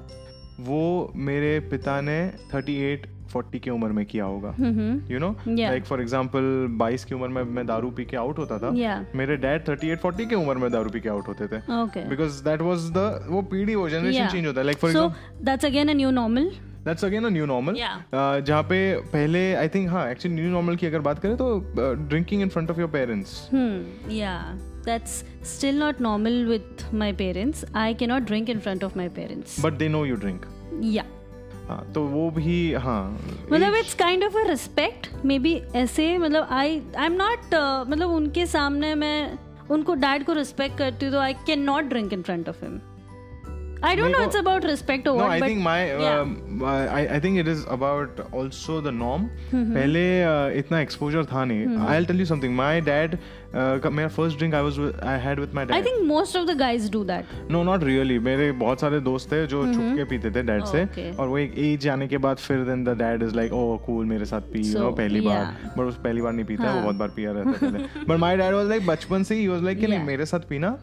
Speaker 2: वो मेरे पिता ने 38 40 की उम्र में किया होगा
Speaker 1: Mm-hmm.
Speaker 2: You know
Speaker 1: Yeah.
Speaker 2: Like for example 22 की उम्र में मैं दारू पी के आउट होता था
Speaker 1: Yeah.
Speaker 2: मेरे डैड 38 40 की उम्र में दारू पी के आउट होते थे
Speaker 1: Okay.
Speaker 2: because that was the वो पीढ़ी वो जनरेशन
Speaker 1: Yeah.
Speaker 2: चेंज होता है like for
Speaker 1: so
Speaker 2: example
Speaker 1: that's again a new normal.
Speaker 2: That's again a new normal
Speaker 1: Yeah.
Speaker 2: Uh, जहाँ पे पहले आई थिंक हाँ एक्चुअली न्यू नॉर्मल की अगर बात करें तो drinking in front of your parents
Speaker 1: Hmm. Yeah. That's still not normal with my parents. I cannot drink in front of my parents.
Speaker 2: But they know you drink
Speaker 1: yeah.
Speaker 2: हाँ तो वो भी हाँ
Speaker 1: मतलब it's kind of a respect may be ऐसे मतलब आई आई एम नॉट मतलब उनके सामने मैं उनको डैड को रिस्पेक्ट करती हूँ तो I can not drink in front of him I don't know it's about respect
Speaker 2: No,
Speaker 1: over
Speaker 2: I think my
Speaker 1: yeah.
Speaker 2: um, I, I think it is about also the norm.
Speaker 1: Mm-hmm.
Speaker 2: पहले uh, इतना exposure था नहीं. I'll tell you something. My dad, uh, का- मेरा first drink I was with, I had with my
Speaker 1: I
Speaker 2: dad.
Speaker 1: Think most of the guys do that
Speaker 2: No, not really. मेरे बहुत सारे दोस्त थे जो छुप के पीते थे डैड से
Speaker 1: हम्म। Okay.
Speaker 2: और वो एक एज आने के बाद फिर then the dad is like oh cool मेरे साथ पी you
Speaker 1: So,
Speaker 2: know पहली बार
Speaker 1: yeah. हाँ।
Speaker 2: बट उस पहली बार नहीं पीता है, वो बहुत बार पिया रहता था but my dad was like बचपन से ही he was like कि नहीं
Speaker 1: Yeah. हम्म,
Speaker 2: मेरे साथ पीना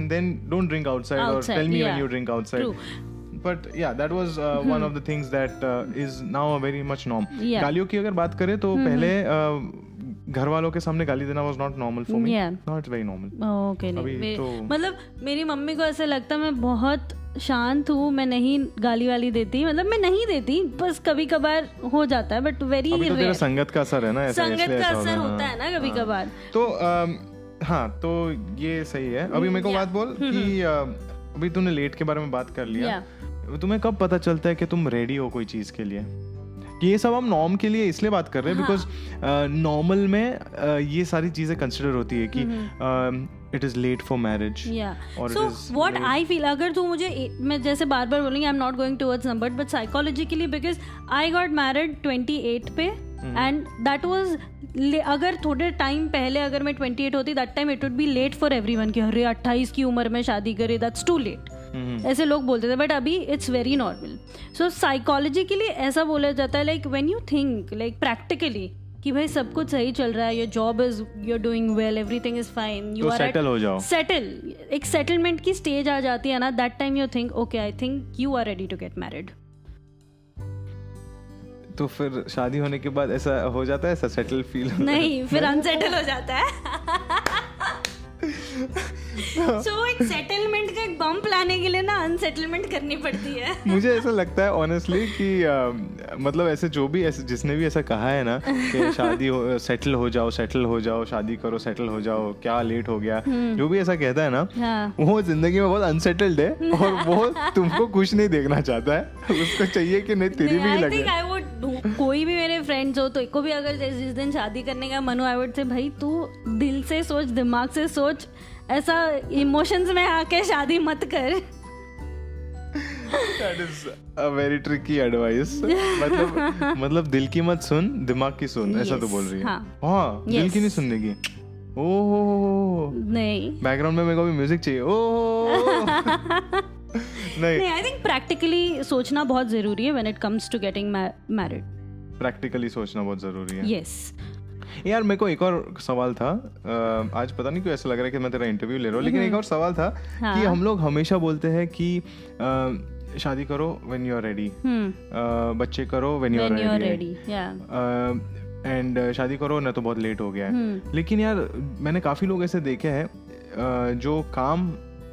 Speaker 2: and then don't drink outside, or
Speaker 1: Outside,
Speaker 2: tell me when
Speaker 1: yeah.
Speaker 2: you drink outside.
Speaker 1: True. Hmm.
Speaker 2: But या that was one of the things that is now a very much norm
Speaker 1: Yeah. Hmm,
Speaker 2: गालियों की अगर बात करें तो पहले uh, घर वालों के सामने गाली देना was not normal for me
Speaker 1: Hmm, Yeah.
Speaker 2: Not very normal
Speaker 1: okay नहीं
Speaker 2: अभी
Speaker 1: मे-
Speaker 2: तो-
Speaker 1: मतलब मेरी मम्मी को ऐसा लगता है मैं बहुत शांत हूँ मैं नहीं गाली वाली देती मतलब मैं नहीं देती बस कभी कभार हो जाता है बट वेरी
Speaker 2: अभी तो तेरा संगत का असर है ना ऐसा
Speaker 1: संगत
Speaker 2: इसलिए
Speaker 1: का
Speaker 2: ऐसा
Speaker 1: असर
Speaker 2: होगा,
Speaker 1: होता है
Speaker 2: हाँ,
Speaker 1: ना कभी
Speaker 2: हाँ।
Speaker 1: कभार
Speaker 2: तो um, हाँ तो ये सही है अभी मेरे को
Speaker 1: Mm, Yeah.
Speaker 2: बात बोल कि uh, अभी तूने लेट के बारे में बात कर लिया तुम्हें कब पता चलता है कि तुम रेडी हो कोई चीज के लिए कि ये सब हम नॉर्म के लिए इसलिए बात कर रहे
Speaker 1: हाँ।
Speaker 2: हैं बिकॉज नॉर्मल में uh, ये सारी चीजें कंसिडर होती है
Speaker 1: Mm-hmm.
Speaker 2: कि it is late for marriage
Speaker 1: Yeah.
Speaker 2: Or it
Speaker 1: So
Speaker 2: is
Speaker 1: what
Speaker 2: late.
Speaker 1: I feel, अगर तू मुझे मैं जैसे बार बार बोलूंगी I am not going towards number but psychologically because I got married 28 पे
Speaker 2: Hmm.
Speaker 1: एंड दैट वाज अगर थोड़े टाइम पहले अगर मैं 28 होती that time it would be late for everyone कि अरे 28 की उम्र में शादी करे दैट्स टू लेट
Speaker 2: Mm-hmm.
Speaker 1: ऐसे लोग बोलते थे बट अभी it's very normal so psychologically ऐसा बोला जाता है like when you think like practically कि भाई सब कुछ सही चल रहा है your job is you are doing well everything is fine you
Speaker 2: तो
Speaker 1: आर
Speaker 2: settle हो जाओ।
Speaker 1: सेटल एक सेटलमेंट की स्टेज आ जाती है ना that time you think okay I think you are ready to get married
Speaker 2: तो फिर शादी होने के बाद ऐसा हो जाता है ऐसा सेटल फील
Speaker 1: नहीं फिर अनसेटल हो जाता है सो एक सेटलमेंट का एक बम्प लाने के लिए ना अनसेटलमेंट करनी पड़ती है
Speaker 2: मुझे ऐसा लगता है ऑनेस्टली कि अ, मतलब ऐसे जो भी ऐसे जिसने भी ऐसा कहा है ना कि शादी हो सेटल हो जाओ सेटल हो जाओ शादी करो सेटल हो जाओ क्या लेट हो गया
Speaker 1: हम्म।
Speaker 2: जो भी ऐसा कहता है ना
Speaker 1: हाँ।
Speaker 2: वो जिंदगी में बहुत अनसेटल्ड है और वो तुमको कुछ नहीं देखना चाहता है उसको चाहिए कि नहीं तेरी भी
Speaker 1: आई
Speaker 2: लगे
Speaker 1: थिंक आई वुड कोई भी मेरे फ्रेंड्स हो तो को भी अगर जिस जिस दिन शादी करने का मन हो आई वुड से भाई तू दिल से सोच दिमाग से सोच ऐसा इमोशंस में आके शादी मत कर
Speaker 2: that is a very tricky advice मतलब मतलब दिल की मत सुन दिमाग की सुन ऐसा तो
Speaker 1: Yes,
Speaker 2: बोल रही है
Speaker 1: हाँ।
Speaker 2: हाँ दिल की
Speaker 1: Yes.
Speaker 2: नहीं सुनने की ओह
Speaker 1: नहीं
Speaker 2: बैकग्राउंड में मेरे को भी म्यूजिक चाहिए ओह नहीं
Speaker 1: नहीं आई थिंक प्रैक्टिकली सोचना बहुत जरूरी है when it comes to getting married
Speaker 2: practically सोचना बहुत जरूरी है
Speaker 1: यस
Speaker 2: यार मेरे को एक और सवाल था अ, आज पता नहीं क्यों ऐसा लग रहा है कि मैं तेरा इंटरव्यू ले रहा हूँ लेकिन एक और सवाल था कि हम लोग हमेशा बोलते हैं कि अ, शादी करो when you are ready
Speaker 1: Hmm.
Speaker 2: बच्चे करो when you
Speaker 1: when you
Speaker 2: are
Speaker 1: are
Speaker 2: ready
Speaker 1: ready या
Speaker 2: एंड शादी करो ना तो बहुत लेट हो गया है लेकिन यार मैंने काफी लोग ऐसे देखे हैं अ, जो काम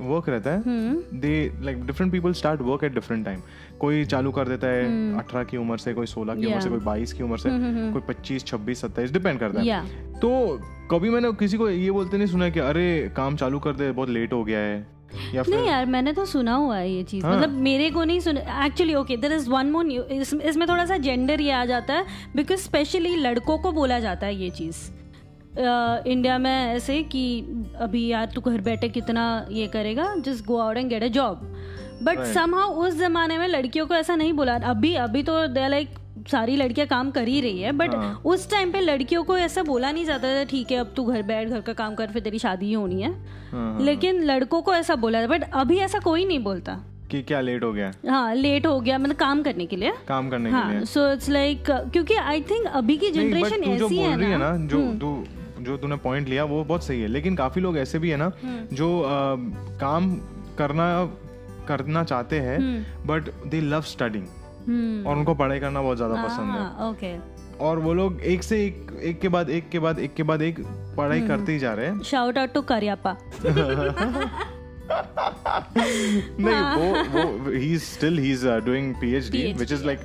Speaker 2: वर्क रहता है
Speaker 1: Hmm.
Speaker 2: They like different people start work at different time कोई चालू कर देता है अठारह की उम्र से कोई सोलह की
Speaker 1: हम्म।
Speaker 2: उम्र
Speaker 1: Yeah. हम्म,
Speaker 2: से कोई बाईस की उम्र
Speaker 1: Hmm,
Speaker 2: से कोई पच्चीस छब्बीस सत्ताईस डिपेंड करता है
Speaker 1: या
Speaker 2: तो कभी मैंने किसी को ये बोलते नहीं सुना कि अरे काम चालू कर दे बहुत लेट हो गया है या
Speaker 1: नहीं
Speaker 2: फिर
Speaker 1: यार मैंने तो सुना हुआ है ये चीज
Speaker 2: हाँ।
Speaker 1: मतलब मेरे को नहीं सुना actually okay there is one more new इसमें थोड़ा सा जेंडर ये आ जाता है बिकॉज स्पेशली लड़कों को बोला जाता है ये चीज इंडिया में ऐसे कि अभी यार तू घर बैठे कितना ये करेगा just go out and get a job but
Speaker 2: Right.
Speaker 1: Somehow उस जमाने में लड़कियों को ऐसा नहीं बोला अभी अभी तो दे लाइक सारी लड़कियां काम कर ही रही है बट
Speaker 2: हाँ।
Speaker 1: उस टाइम पे लड़कियों को ऐसा बोला नहीं जाता था ठीक है अब तू घर बैठ घर का काम कर फिर तेरी शादी ही होनी है
Speaker 2: हाँ,
Speaker 1: लेकिन लड़कों को ऐसा बोला था बट अभी ऐसा कोई नहीं बोलता
Speaker 2: कि क्या लेट हो गया है?
Speaker 1: हाँ लेट हो गया मतलब काम करने के लिए
Speaker 2: काम करने के लिए
Speaker 1: हाँ सो इट्स लाइक क्योंकि आई थिंक अभी की
Speaker 2: नहीं, but
Speaker 1: जनरेशन
Speaker 2: तू जो
Speaker 1: ऐसी
Speaker 2: बोल रही
Speaker 1: है ना हम्म।
Speaker 2: जो तू जो तूने पॉइंट लिया वो बहुत सही है लेकिन काफी लोग ऐसे भी है ना
Speaker 1: हम्म।
Speaker 2: जो अ, काम करना करना चाहते हैं बट दे लव स्टडिंग
Speaker 1: हम्म हाँ।
Speaker 2: और उनको पढ़ाई करना बहुत ज्यादा पसंद है
Speaker 1: ओके
Speaker 2: और वो लोग एक से एक एक के बाद एक के बाद एक के बाद एक पढ़ाई
Speaker 1: हम्म।
Speaker 2: करते ही जा रहे हैं
Speaker 1: शाउट आउट टू करियप्पा
Speaker 2: नहीं वो वो ही is still he is doing PhD
Speaker 1: PhD,
Speaker 2: which is like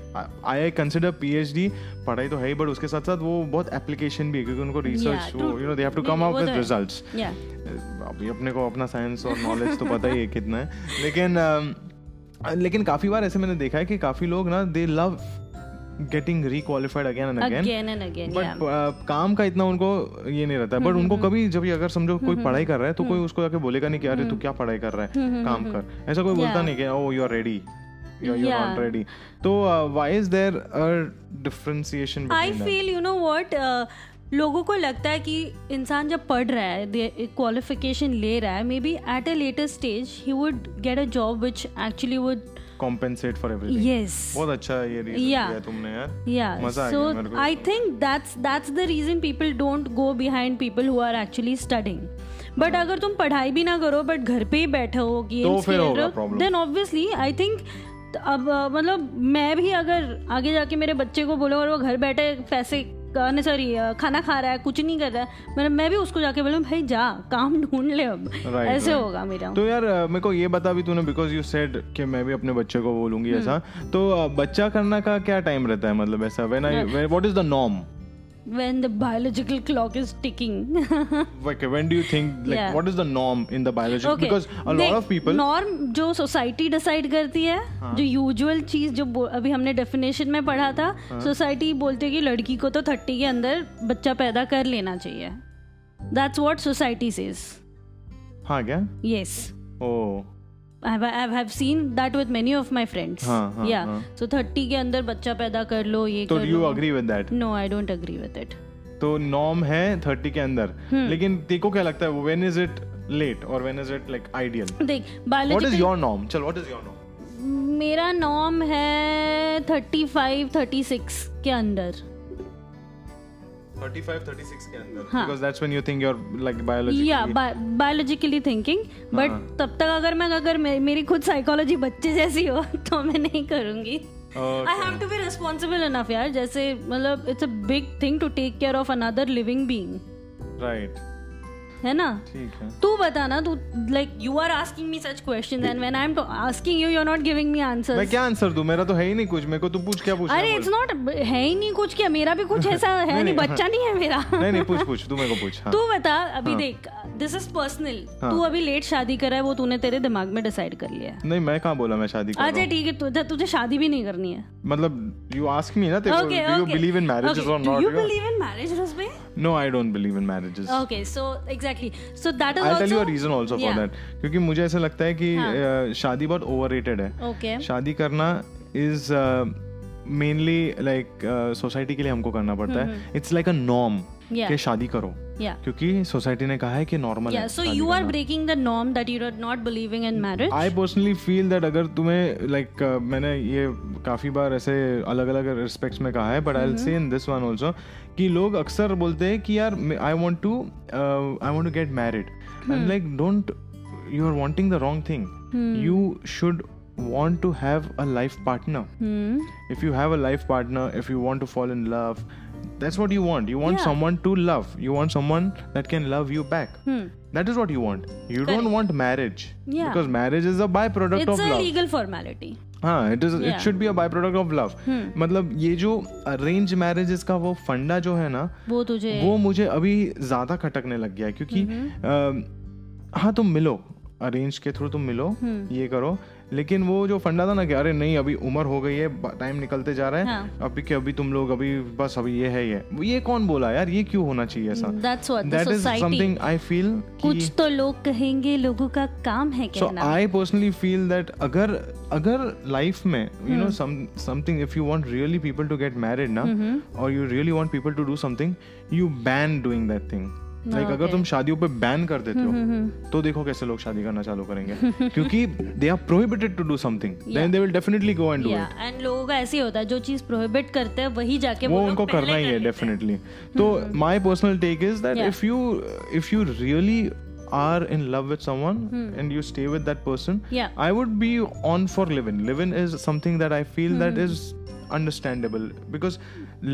Speaker 2: I consider PhD पढ़ाई तो है ही बट उसके साथ साथ वो बहुत एप्लीकेशन भी है क्योंकि उनको रिसर्च
Speaker 1: true,
Speaker 2: वो you know they have to
Speaker 1: नहीं,
Speaker 2: कम
Speaker 1: नहीं,
Speaker 2: अप
Speaker 1: वो
Speaker 2: विद
Speaker 1: तो है।
Speaker 2: रिजल्ट्स
Speaker 1: या
Speaker 2: Uh, अभी अपने को अपना साइंस और नॉलेज तो पता ही है कितना है लेकिन अम, लेकिन काफी बार ऐसे मैंने देखा है कि काफी लोग ना they love getting requalified again and again
Speaker 1: again and again या
Speaker 2: बट अ, uh, काम का इतना उनको ये नहीं रहता
Speaker 1: हम्म,
Speaker 2: बट उनको कभी जब ये अगर समझो कोई पढ़ाई कर रहा है तो कोई उसको जाके बोलेगा नहीं कि अरे तू
Speaker 1: हम्म।
Speaker 2: क्या पढ़ाई कर रहा है काम कर ऐसा कोई बोलता
Speaker 1: Yeah.
Speaker 2: नहीं कि "Oh, oh you are ready you
Speaker 1: Yeah.
Speaker 2: Are ready तो why is there a differentiation
Speaker 1: I
Speaker 2: between
Speaker 1: feel you know what uh, लोगों को लगता है कि इंसान जब पढ़ रहा है क्वालिफिकेशन ले रहा है may be at a later stage he would get a job which actually would
Speaker 2: compensate for everything
Speaker 1: yes
Speaker 2: बहुत अच्छा ये reason दिया
Speaker 1: Yeah.
Speaker 2: है तुमने यार
Speaker 1: yeah
Speaker 2: मजा आ गया मेरे
Speaker 1: so
Speaker 2: को
Speaker 1: i think that's that's the reason people don't go behind people who are actually studying but अगर तुम पढ़ाई भी ना करो बट घर पे ही बैठे हो
Speaker 2: Hmm.
Speaker 1: गेम्स
Speaker 2: तो फिर
Speaker 1: खेल
Speaker 2: होगा
Speaker 1: रहे हो
Speaker 2: problem.
Speaker 1: Then obviously I think अब अ, मतलब मैं भी अगर आगे जाके मेरे बच्चे को बोलो और वो घर बैठे पैसे नहीं सॉरी खाना खा रहा है कुछ नहीं कर रहा है मैं मैं भी उसको जाके बोलूँ भाई जा काम ढूंढ ले अब
Speaker 2: Right,
Speaker 1: ऐसे
Speaker 2: right.
Speaker 1: होगा मेरा
Speaker 2: तो यार अ, मेरे को ये बता भी तूने बिकॉज यू सेड कि मैं भी अपने बच्चे को बोलूंगी ऐसा
Speaker 1: हम्म।
Speaker 2: तो अ, बच्चा करना का क्या टाइम रहता है मतलब ऐसा when I what is the norm
Speaker 1: when the biological clock is ticking
Speaker 2: like when do you think like
Speaker 1: Yeah.
Speaker 2: what is the norm in the biology because a lot of people हाँ।
Speaker 1: नॉर्म जो सोसाइटी डिसाइड करती है जो यूजुअल चीज जो बो- अभी हमने डेफिनेशन में पढ़ा था
Speaker 2: हाँ।
Speaker 1: सोसाइटी बोलती है कि लड़की को तो थर्टी के अंदर बच्चा पैदा कर लेना चाहिए दैट्स व्हाट सोसाइटी सेज
Speaker 2: हाँ क्या
Speaker 1: yes
Speaker 2: oh
Speaker 1: I have seen that with many of my friends
Speaker 2: हाँ, हाँ,
Speaker 1: या
Speaker 2: हाँ.
Speaker 1: सो थर्टी के अंदर बच्चा पैदा कर लो ये
Speaker 2: तो
Speaker 1: कर
Speaker 2: यू
Speaker 1: लो
Speaker 2: agree with that
Speaker 1: no I don't agree with it
Speaker 2: तो नॉर्म है थर्टी के अंदर
Speaker 1: Hmm.
Speaker 2: लेकिन तेको क्या लगता है व्हेन इज इट लेट और when is it like ideal
Speaker 1: देख
Speaker 2: what is
Speaker 1: biological
Speaker 2: your norm चल व्हाट इज योर नॉर्म
Speaker 1: मेरा नॉम है थर्टी फाइव थर्टी सिक्स के अंदर
Speaker 2: 35 36 के अंदर
Speaker 1: हाँ.
Speaker 2: because that's when you think you're like biology हाँ,
Speaker 1: या बायोलॉजिकली थिंकिंग बट तब तक अगर मैं अगर मे- मेरी खुद साइकोलॉजी बच्चे जैसी हो तो मैं नहीं करूंगी
Speaker 2: Oh,
Speaker 1: I have to be responsible enough यार जैसे मतलब it's a big thing to take care of another living being
Speaker 2: right
Speaker 1: है ना
Speaker 2: ठीक है
Speaker 1: तू बता ना तू like you are asking me such question and when I am asking you you are not giving me answer
Speaker 2: मैं क्या आंसर दूं मेरा तो है ही नहीं कुछ मेरे को तू पूछ क्या पूछ
Speaker 1: अरे इट्स नॉट है ही नहीं कुछ क्या मेरा भी कुछ ऐसा है नहीं बच्चा नहीं है मेरा
Speaker 2: हाँ। नहीं नहीं पूछ पूछ तू मेरे को पूछ हाँ
Speaker 1: तू बता अभी देख दिस इज पर्सनल तू अभी लेट शादी करा है वो तूने तेरे दिमाग में डिसाइड कर लिया है
Speaker 2: नहीं मैं कहाँ बोला मैं शादी कर रहा
Speaker 1: अच्छा ठीक है तुझे तुझे शादी भी नहीं करनी है
Speaker 2: हूं मतलब यू आस्क मी ना तेरे को
Speaker 1: okay
Speaker 2: do you believe in marriages और
Speaker 1: you
Speaker 2: not
Speaker 1: believe in marriage रस्मे
Speaker 2: no I don't believe in marriages
Speaker 1: okay so exactly so that is
Speaker 2: I
Speaker 1: Uh, also
Speaker 2: tell you reason also for
Speaker 1: Yeah.
Speaker 2: That क्योंकि मुझे ऐसा लगता है कि
Speaker 1: हाँ.
Speaker 2: अ, शादी बहुत ओवररेटेड है
Speaker 1: okay
Speaker 2: शादी करना इज मेनली लाइक सोसाइटी के लिए हमको करना पड़ता है it's like a norm
Speaker 1: Hmm, Yeah.
Speaker 2: कि शादी करो
Speaker 1: yeah
Speaker 2: क्योंकि सोसाइटी ने कहा है कि नॉर्मल
Speaker 1: yeah
Speaker 2: है
Speaker 1: so you are breaking the norm that you are not believing in marriage
Speaker 2: I personally feel that अगर तुम्हें लाइक like, uh, मैंने ये काफ़ी बार ऐसे अलग अलग रिस्पेक्ट्स में कहा है but I say in this one also कि लोग अक्सर बोलते हैं कि यार I want to I want to get married I like don't you are wanting the wrong thing you should want to have a life partner
Speaker 1: hmm
Speaker 2: if you have a life partner if you want to fall in love that's what you want you want
Speaker 1: Yeah.
Speaker 2: someone to love you want someone that can love you back
Speaker 1: hmm
Speaker 2: that is what you want. You don't want marriage.
Speaker 1: Yeah.
Speaker 2: Because marriage is a byproduct
Speaker 1: it's
Speaker 2: of
Speaker 1: a
Speaker 2: love.
Speaker 1: legal formality
Speaker 2: हाँ it is it
Speaker 1: Yeah. Hmm.
Speaker 2: should be a byproduct of love. मतलब ये जो arrange marriages का वो फंडा जो है ना
Speaker 1: वो तुझे
Speaker 2: वो मुझे अभी ज्यादा खटकने लग गया है क्योंकि
Speaker 1: Mm-hmm.
Speaker 2: अ, हाँ तुम मिलो अरेंज के थ्रू तुम मिलो
Speaker 1: Hmm.
Speaker 2: ये करो लेकिन वो जो फंडा था ना कि अरे नहीं अभी उम्र हो गई है टाइम निकलते जा रहा है
Speaker 1: हाँ।
Speaker 2: अभी के अभी तुम लोग अभी बस अभी ये है ये ये कौन बोला यार ये क्यों होना चाहिए ऐसा
Speaker 1: that's what the
Speaker 2: that is
Speaker 1: Hmm. तो society
Speaker 2: समथिंग आई फील
Speaker 1: कुछ तो लोग कहेंगे लोगों का काम है
Speaker 2: सो
Speaker 1: कहना
Speaker 2: आई पर्सनली फील दैट अगर अगर लाइफ में you know
Speaker 1: hmm.
Speaker 2: Something if you want really people to get married ना और you really want people to do something you ban doing that thing like अगर तुम शादियों पे बैन कर देते हो तो देखो कैसे लोग शादी करना चालू करेंगे क्योंकि they are prohibited to do something then they will definitely go and do
Speaker 1: या एंड लोगों का ऐसे ही होता है जो चीज प्रोहिबिट करते हैं वही जाके
Speaker 2: वो
Speaker 1: लोग
Speaker 2: उनको
Speaker 1: पहले
Speaker 2: करना ही
Speaker 1: कर
Speaker 2: है
Speaker 1: लेते हैं।
Speaker 2: डेफिनेटली तो my personal take is that
Speaker 1: Yeah.
Speaker 2: If you if you really are in love with someone
Speaker 1: hmm.
Speaker 2: and you stay with that person
Speaker 1: Yeah.
Speaker 2: i would be on for live in live in is something that i feel
Speaker 1: Hmm.
Speaker 2: that is understandable because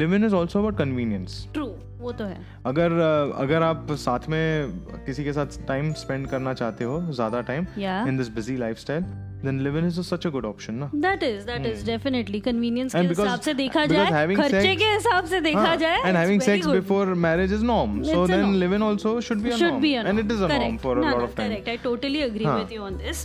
Speaker 2: live in is also about convenience
Speaker 1: True, वो तो है
Speaker 2: अगर अ, अगर आप साथ में किसी के साथ टाइम स्पेंड करना चाहते हो ज्यादा time
Speaker 1: Yeah.
Speaker 2: In this busy lifestyle then live in is such a good option ना
Speaker 1: that is that is definitely convenience के
Speaker 2: Hmm. And because-
Speaker 1: हिसाब से देखा
Speaker 2: because
Speaker 1: जाए
Speaker 2: having
Speaker 1: खर्चे
Speaker 2: sex- हाँ,
Speaker 1: के हिसाब से देखा जाए
Speaker 2: and
Speaker 1: it's
Speaker 2: having
Speaker 1: very
Speaker 2: sex
Speaker 1: good.
Speaker 2: before marriage is norm so
Speaker 1: It's a
Speaker 2: then
Speaker 1: norm.
Speaker 2: live in also should be a
Speaker 1: should
Speaker 2: norm
Speaker 1: be a norm.
Speaker 2: and it is a norm
Speaker 1: Correct.
Speaker 2: for a
Speaker 1: No,
Speaker 2: lot
Speaker 1: no,
Speaker 2: of time
Speaker 1: correct. I totally agree
Speaker 2: हाँ.
Speaker 1: with you on this.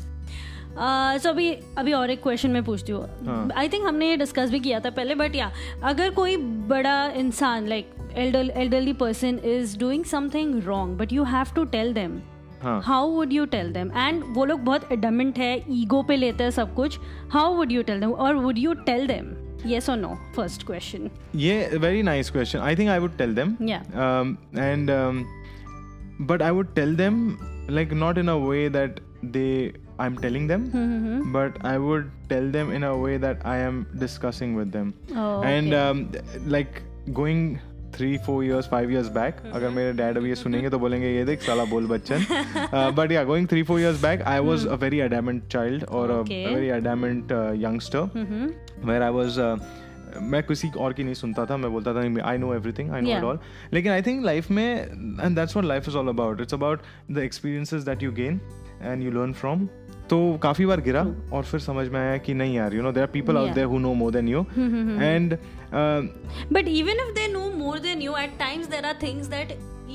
Speaker 1: Uh, so अभी अभी और एक क्वेश्चन मैं पूछती
Speaker 2: हाँ.
Speaker 1: हूँ आई थिंक हमने ये डिस्कस भी किया था पहले बट या अगर कोई बड़ा इंसान like elderly person is doing something wrong but you have to tell them
Speaker 2: हाँ
Speaker 1: how would you tell them and वो लोग बहुत एडमेंट है ईगो पे लेते हैं सब कुछ how would you tell them और would you tell them yes और नो फर्स्ट क्वेश्चन
Speaker 2: ये very nice question I think I would tell them
Speaker 1: Yeah.
Speaker 2: Um, and but I would tell them like not in a way that they I am telling them
Speaker 1: Mm-hmm.
Speaker 2: But I would tell them in a way that I am discussing with them
Speaker 1: Oh,
Speaker 2: and like going three four years five years back
Speaker 1: Mm-hmm.
Speaker 2: अगर मेरे डैड अभी ये सुनेंगे तो बोलेंगे ये देख साला बोल बच्चन Uh, बट या going three four years back I was a very adamant child और
Speaker 1: Mm-hmm. Okay. Mm-hmm.
Speaker 2: Very adamant youngster where I was uh, मैं किसी और की नहीं सुनता था मैं बोलता था I know everything I know it
Speaker 1: Yeah.
Speaker 2: All लेकिन आई थिंक लाइफ में and that's what life is all about it's about the experiences that you gain and you learn from तो काफी बार गिरा और फिर समझ में आया कि नहीं यार you know there are people out
Speaker 1: Yeah.
Speaker 2: There who know more than you and uh,
Speaker 1: But even if they know more than you, at times there are things that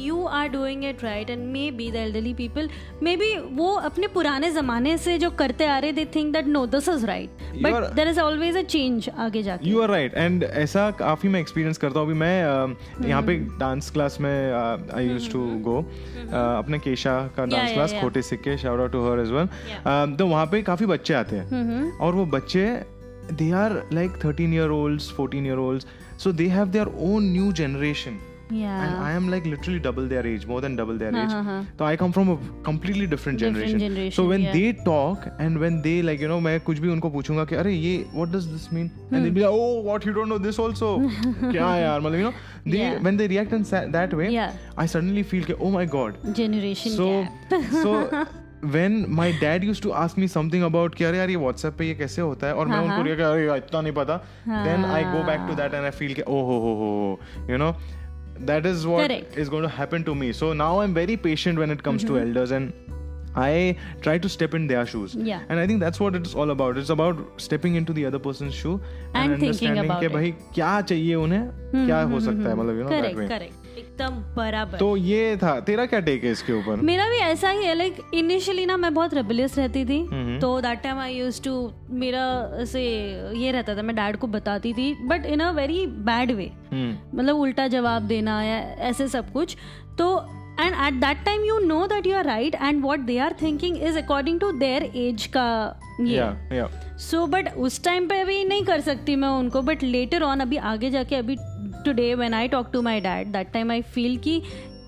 Speaker 1: you are doing it right and maybe the elderly people maybe वो अपने पुराने जमाने से जो करते आ रहे they think that no this is right
Speaker 2: You
Speaker 1: but
Speaker 2: are-
Speaker 1: there is always a change आगे जाके
Speaker 2: यू आर राइट एंड ऐसा काफी मैं एक्सपीरियंस करता हूँ अभी मैं
Speaker 1: Mm-hmm.
Speaker 2: अ, यहाँ पे डांस क्लास में uh, I use to go uh, अपने केशा का dance
Speaker 1: Mm-hmm. yeah,
Speaker 2: class
Speaker 1: yeah.
Speaker 2: खोटे सिक्के shout out to her as well तो वहाँ पे काफी बच्चे आते
Speaker 1: Mm-hmm.
Speaker 2: हैं और वो बच्चे they are like thirteen year old fourteen year old so they have their own new generation And
Speaker 1: yeah
Speaker 2: I am like literally double their age, more than double their age.
Speaker 1: हाँ, हाँ.
Speaker 2: So I come from a completely different generation.
Speaker 1: generation,
Speaker 2: so when
Speaker 1: yeah.
Speaker 2: they talk and when they like you know मैं कुछ भी उनको पूछूंगा कि अरे ये what does this mean and they'll be like oh what you don't know this also क्या यार मतलब you know they
Speaker 1: Yeah.
Speaker 2: when they react in sa- that way
Speaker 1: Yeah.
Speaker 2: I suddenly feel कि oh my god
Speaker 1: generation
Speaker 2: so
Speaker 1: gap
Speaker 2: so when my dad used to ask me something about कि अरे यार ये WhatsApp पे ये कैसे होता है और
Speaker 1: हाँ,
Speaker 2: मैं उनको रिया कि अरे यार, इतना नहीं पता then I go back to that and I feel कि oh ho ho ho ho," you know that is what
Speaker 1: Correct. Mm-hmm.
Speaker 2: is going to happen to me so now I'm very patient when it comes to elders and I try to step in their shoes
Speaker 1: Yeah.
Speaker 2: and I think that's what it's all about it's about stepping into the other person's shoe
Speaker 1: And thinking
Speaker 2: understanding
Speaker 1: about
Speaker 2: कि
Speaker 1: it. Mm-hmm,
Speaker 2: भाई क्या चाहिए उन्हें क्या हो सकता है मतलब you know that
Speaker 1: correct
Speaker 2: way
Speaker 1: correct एकदम बराबर
Speaker 2: तो ये था तेरा क्या टेक है इसके ऊपर
Speaker 1: मेरा भी ऐसा ही है लाइक इनिशियली ना मैं बहुत रेबलियस रहती थी तो that time I use to मेरा से ये रहता था मैं डैड को बताती थी but in a very bad way
Speaker 2: hmm,
Speaker 1: मतलब उल्टा जवाब देना या ऐसे सब कुछ तो and at that time you know that you are right and what they are thinking is according to their age का ये
Speaker 2: या या
Speaker 1: सो बट उस टाइम पे अभी नहीं कर सकती मैं उनको बट लेटर ऑन अभी आगे जाके अभी today when I talk to my dad that time I feel कि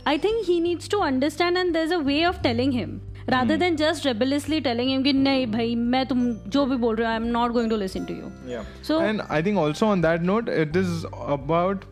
Speaker 1: I think he needs to understand and there is a way of telling him rather than just rebelliously telling him कि नहीं भाई मैं तुम जो भी बोल रहे हो I am not going to listen to you
Speaker 2: Yeah.
Speaker 1: So-
Speaker 2: and I think also on that note, it is about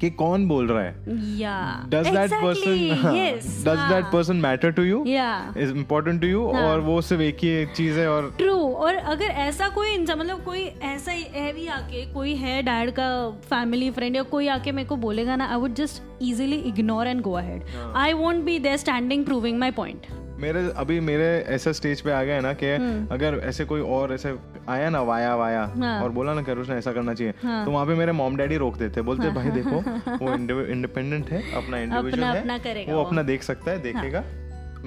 Speaker 2: कि कौन बोल रहा है
Speaker 1: या
Speaker 2: does that person
Speaker 1: yes
Speaker 2: does that person matter to you
Speaker 1: या
Speaker 2: is important to you और वो सिर्फ एक ही चीज है और
Speaker 1: ट्रू और अगर ऐसा कोई इंसान मतलब कोई ऐसा ही है भी आके कोई है डैड का फैमिली फ्रेंड या कोई आके मेरे को बोलेगा ना I would just easily ignore and go ahead
Speaker 2: हाँ।
Speaker 1: I won't be there standing proving my point
Speaker 2: मेरे अभी मेरे ऐसा स्टेज पे आ गया है ना कि अगर ऐसे कोई और ऐसे आया ना वाया वाया
Speaker 1: हाँ।
Speaker 2: और बोला ना कि उसने ऐसा करना चाहिए तो वहाँ पे मेरे मॉम डैडी रोक देते बोलते भाई देखो वो इंडिपेंडेंट है अपना इंडिविजुअल
Speaker 1: अपना-
Speaker 2: है
Speaker 1: अपना करेगा
Speaker 2: वो
Speaker 1: वो।
Speaker 2: अपना देख सकता है देखेगा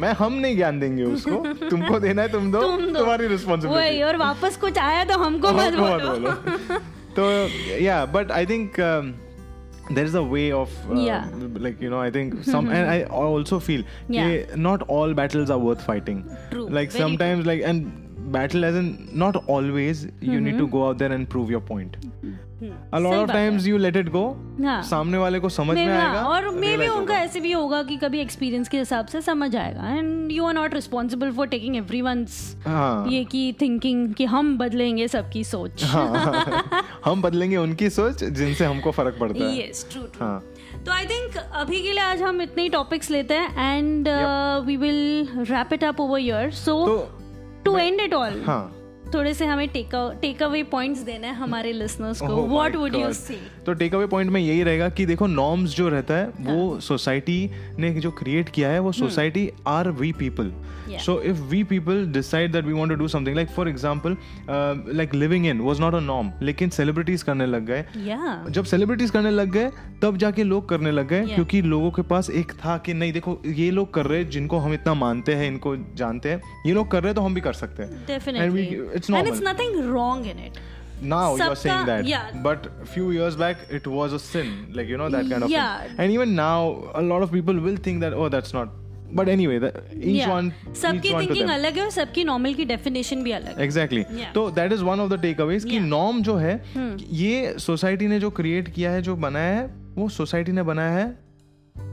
Speaker 2: मैं हम नहीं ज्ञान देंगे उसको तुमको देना है तुम दो तुम्हारी रिस्पॉन्सिबिलिटी
Speaker 1: वही और वापस कुछ आया तो हमको मत
Speaker 2: हमको मत
Speaker 1: बोलो
Speaker 2: बोलो। तो या but I think um, there is a way of uh,
Speaker 1: Yeah.
Speaker 2: like you know i think some and i also feel
Speaker 1: Yeah.
Speaker 2: that not all battles are worth fighting
Speaker 1: True.
Speaker 2: like
Speaker 1: Very
Speaker 2: sometimes like and battle as in not always you need
Speaker 1: Mm-hmm.
Speaker 2: to go out there and prove your point a lot
Speaker 1: सही
Speaker 2: of
Speaker 1: बात है।
Speaker 2: times you let it go
Speaker 1: हाँ।
Speaker 2: सामने वाले को समझ में
Speaker 1: Maybe-
Speaker 2: आएगा
Speaker 1: हाँ, और मे भी
Speaker 2: realize
Speaker 1: उनका
Speaker 2: होगा।
Speaker 1: ऐसे भी होगा कि कभी एक्सपीरियंस के हिसाब से समझ आएगा and you are not responsible for taking every
Speaker 2: हाँ
Speaker 1: ये की थिंकिंग कि हम बदलेंगे सबकी सोच
Speaker 2: हाँ। हम बदलेंगे उनकी सोच जिनसे हमको फर्क पड़ता है
Speaker 1: यस ट्रू ट्रू
Speaker 2: हाँ
Speaker 1: तो आई थिंक अभी के लिए आज हम इतने ही टॉपिक्स लेते हैं uh, and we will wrap it up over your so
Speaker 2: तो
Speaker 1: टू एंड इट ऑल
Speaker 2: हाँ
Speaker 1: थोड़े से हमें टेक अवे पॉइंट्स देना है हमारे लिसनर्स को
Speaker 2: Oh my
Speaker 1: what would you
Speaker 2: God.
Speaker 1: से
Speaker 2: तो टेक अवे पॉइंट में यही रहेगा कि देखो नॉर्म्स जो रहता है
Speaker 1: हाँ।
Speaker 2: वो सोसाइटी ने जो क्रिएट किया है वो society are we people
Speaker 1: hmm. Yeah.
Speaker 2: So if we people decide that we want to do something like for example like living in was not a norm लेकिन सेलिब्रिटीज करने लग गए
Speaker 1: या
Speaker 2: जब सेलिब्रिटीज करने लग गए तब जाके लोग करने लग गए
Speaker 1: Yeah.
Speaker 2: क्योंकि लोगों के पास एक था कि नहीं देखो ये लोग कर रहे हैं जिनको हम इतना मानते हैं इनको जानते हैं ये लोग कर रहे हैं तो हम भी कर सकते हैं
Speaker 1: definitely
Speaker 2: we- it's
Speaker 1: and it's
Speaker 2: normal.
Speaker 1: Nothing wrong in it
Speaker 2: now you're
Speaker 1: Sabka-
Speaker 2: saying that
Speaker 1: yeah.
Speaker 2: but few years back it was a sin like you know that kind of
Speaker 1: Yeah.
Speaker 2: thing and even now a lot of people will think that oh that's not but anyway that each one
Speaker 1: सबकी
Speaker 2: each one to
Speaker 1: thinking
Speaker 2: them.
Speaker 1: अलग है और सबकी नॉर्मल की डेफिनेशन भी अलग है
Speaker 2: एग्जैक्टली
Speaker 1: Yeah. Hmm.
Speaker 2: तो that is one of the takeaways कि नॉर्म जो है ये सोसाइटी ने जो क्रिएट किया है जो बनाया है वो सोसाइटी ने बनाया है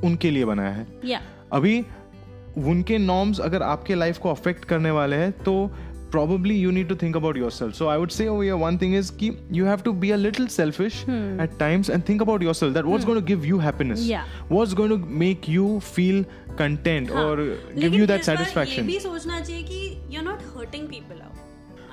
Speaker 2: उनके लिए बनाया है
Speaker 1: या
Speaker 2: अभी उनके नॉर्म्स अगर आपके लाइफ को अफेक्ट करने वाले हैं तो probably you need to think about yourself so i would say over here one thing is ki you have to be a little selfish at times and think about yourself that what's going to give you happiness
Speaker 1: Hmm. Yeah. हाँ,
Speaker 2: what's going to make you feel content or give
Speaker 1: लेकिन
Speaker 2: you
Speaker 1: इस
Speaker 2: that
Speaker 1: बार ये
Speaker 2: satisfaction
Speaker 1: भी सोचना चाहिए कि you are not hurting people out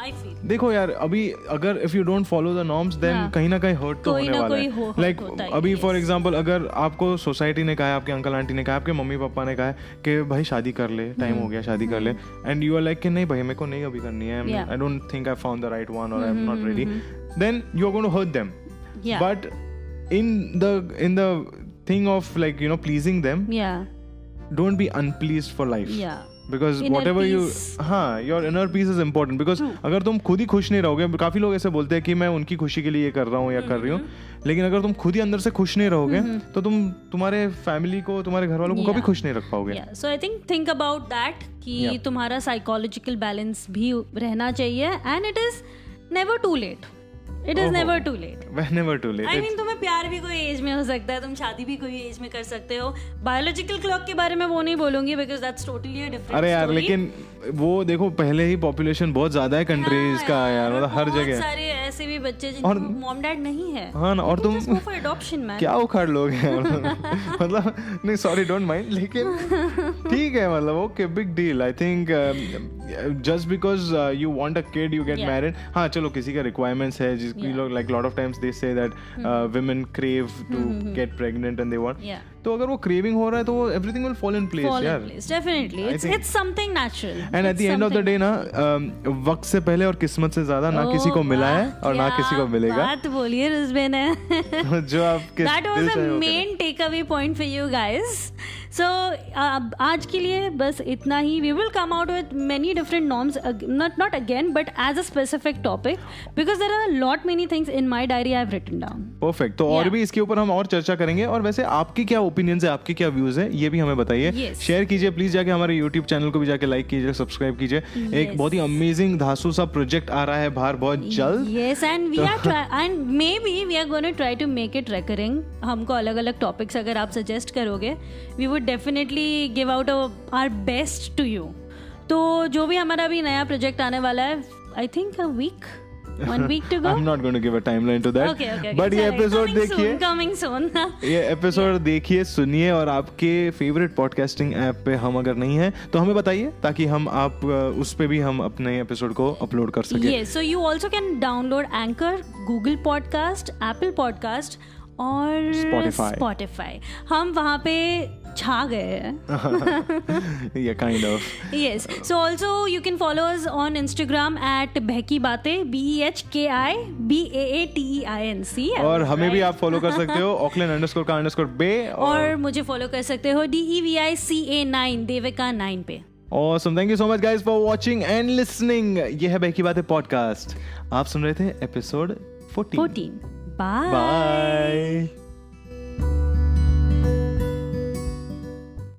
Speaker 1: I feel
Speaker 2: देखो यार अभी अगर if you don't follow the norms then
Speaker 1: हाँ।
Speaker 2: कहीं ना कहीं हर्ट तो
Speaker 1: कोई
Speaker 2: होने
Speaker 1: ना
Speaker 2: वाला
Speaker 1: कोई हो-
Speaker 2: है
Speaker 1: hurt
Speaker 2: लाइक
Speaker 1: होता ही है,
Speaker 2: अभी फॉर
Speaker 1: yes.
Speaker 2: एग्जांपल अगर आपको सोसाइटी ने कहा है, आपके अंकल आंटी ने कहा है, आपके मम्मी पापा ने कहा है कि भाई शादी कर ले टाइम
Speaker 1: हम्म।
Speaker 2: हो गया शादी कर ले एंड यू आर लाइक कि नहीं भाई मेरे को नहीं अभी करनी है
Speaker 1: Yeah. Hmm,
Speaker 2: I don't think I found the right one और I am not ready then you are going to hurt them
Speaker 1: या
Speaker 2: but in the in the thing of like you know pleasing them
Speaker 1: या
Speaker 2: don't be unpleased for life
Speaker 1: या
Speaker 2: because
Speaker 1: Inner
Speaker 2: whatever you
Speaker 1: peace. Hmm.
Speaker 2: हाँ your inner peace is important because अगर तुम खुद ही खुश नहीं रहोगे काफी लोग ऐसे बोलते हैं कि मैं उनकी खुशी के लिए ये कर रहा हूँ या कर रही हूँ
Speaker 1: Hmm.
Speaker 2: लेकिन अगर तुम खुद ही अंदर से खुश नहीं रहोगे तो तुम तुम्हारे फैमिली को तुम्हारे घर वालों को कभी
Speaker 1: Yeah.
Speaker 2: खुश नहीं रख पाओगे
Speaker 1: या so I think think about that कि
Speaker 2: Yeah.
Speaker 1: तुम्हारा साइकोलॉजिकल बैलेंस भी रहना चाहिए and it is never too late it is
Speaker 2: ओहो.
Speaker 1: Never too late
Speaker 2: Whenever too late.
Speaker 1: I
Speaker 2: It's-
Speaker 1: mean तुम्हें प्यार भी कोई एज में हो सकता है तुम शादी भी कोई एज में कर सकते हो बायोलॉजिकल क्लॉक के बारे में वो नहीं बोलूंगी बिकॉज दैट्स टोटली डिफरेंट
Speaker 2: अरे यार लेकिन वो देखो पहले ही पॉपुलेशन बहुत ज्यादा है
Speaker 1: हाँ
Speaker 2: कंट्रीज का यार मतलब हर जगह
Speaker 1: सारे ऐसे भी बच्चे जिनको मॉम डैड नहीं है
Speaker 2: हाँ ना और तुम
Speaker 1: just go for adoption man
Speaker 2: क्या उखाड़ लोग हैं मतलब नहीं सॉरी डोंट माइंड लेकिन ठीक है मतलब okay big deal I think um, just because you want a kid you get
Speaker 1: Yeah.
Speaker 2: Married हाँ चलो किसी का रिक्वायरमेंट्स है जिसकी
Speaker 1: Yeah.
Speaker 2: uh,
Speaker 1: Mm-hmm.
Speaker 2: लोग like lot of times they say that women crave to get pregnant and they want
Speaker 1: या
Speaker 2: तो अगर वो क्रेविंग हो रहा है तो वो everything will fall in place
Speaker 1: fall in
Speaker 2: यार
Speaker 1: place definitely it's
Speaker 2: think-
Speaker 1: it's something natural
Speaker 2: and at the end of the day ना अम, वक्त से पहले और किस्मत से ज्यादा ना किसी को मिला है और ना किसी को मिलेगा
Speaker 1: Oh, बात बोलिए रुजबे ने
Speaker 2: तो जो आपके
Speaker 1: दैट
Speaker 2: दिल
Speaker 1: वॉज अ
Speaker 2: चाहे वो करें।
Speaker 1: Main takeaway point for you guys so आज के लिए बस इतना ही we will come out with many different norms not not again but as a specific topic because there are lot many things in my diary I have written down
Speaker 2: perfect तो और
Speaker 1: Yeah.
Speaker 2: भी इसके ऊपर हम और चर्चा करेंगे और वैसे आपके क्या ओपिनियंस है आपके क्या व्यूज है ये भी हमें बताइए
Speaker 1: Yes.
Speaker 2: शेयर कीजिए प्लीज जाके हमारे यूट्यूब चैनल को भी जाके लाइक कीजिए सब्सक्राइब कीजिए एक
Speaker 1: Yes.
Speaker 2: बहुत ही अमेजिंग धासु सा प्रोजेक्ट आ रहा है बाहर बहुत जल्द
Speaker 1: yes and we are try and maybe we are going to try to make it recurring हमको अलग अलग टॉपिक्स अगर आप सजेस्ट करोगे we would definitely give out our best to you तो जो भी हमारा अभी नया प्रोजेक्ट आने वाला है I think a week one week to
Speaker 2: I
Speaker 1: go
Speaker 2: am not going to give a timeline to that
Speaker 1: okay okay
Speaker 2: but ये एपिसोड देखिए
Speaker 1: कमिंग सून
Speaker 2: ये एपिसोड देखिए सुनिए और आपके फेवरेट पॉडकास्टिंग ऐप पे हम अगर नहीं है तो हमें बताइए ताकि हम आप अ, उस पे भी हम अपने एपिसोड को अपलोड कर सकें
Speaker 1: yes so you also can download anchor google podcast apple podcast और
Speaker 2: Spotify.
Speaker 1: Spotify. हम वहाँ पे छा गए हैं
Speaker 2: ये kind of
Speaker 1: yes so also you can follow us on instagram at behki baate b e h k i b a a t e i n c
Speaker 2: और हमें भी आप फॉलो कर सकते हो ऑकलैंड अंडरस्कोर का अंडरस्कोर बे
Speaker 1: और मुझे फॉलो कर सकते हो E D E V I C A nine Devika nine पे
Speaker 2: Awesome. Thank you so much, guys, for watching and listening. ये है बहकी बातें पॉडकास्ट आप सुन रहे थे एपिसोड 14
Speaker 1: फोर्टीन बाय
Speaker 2: बाय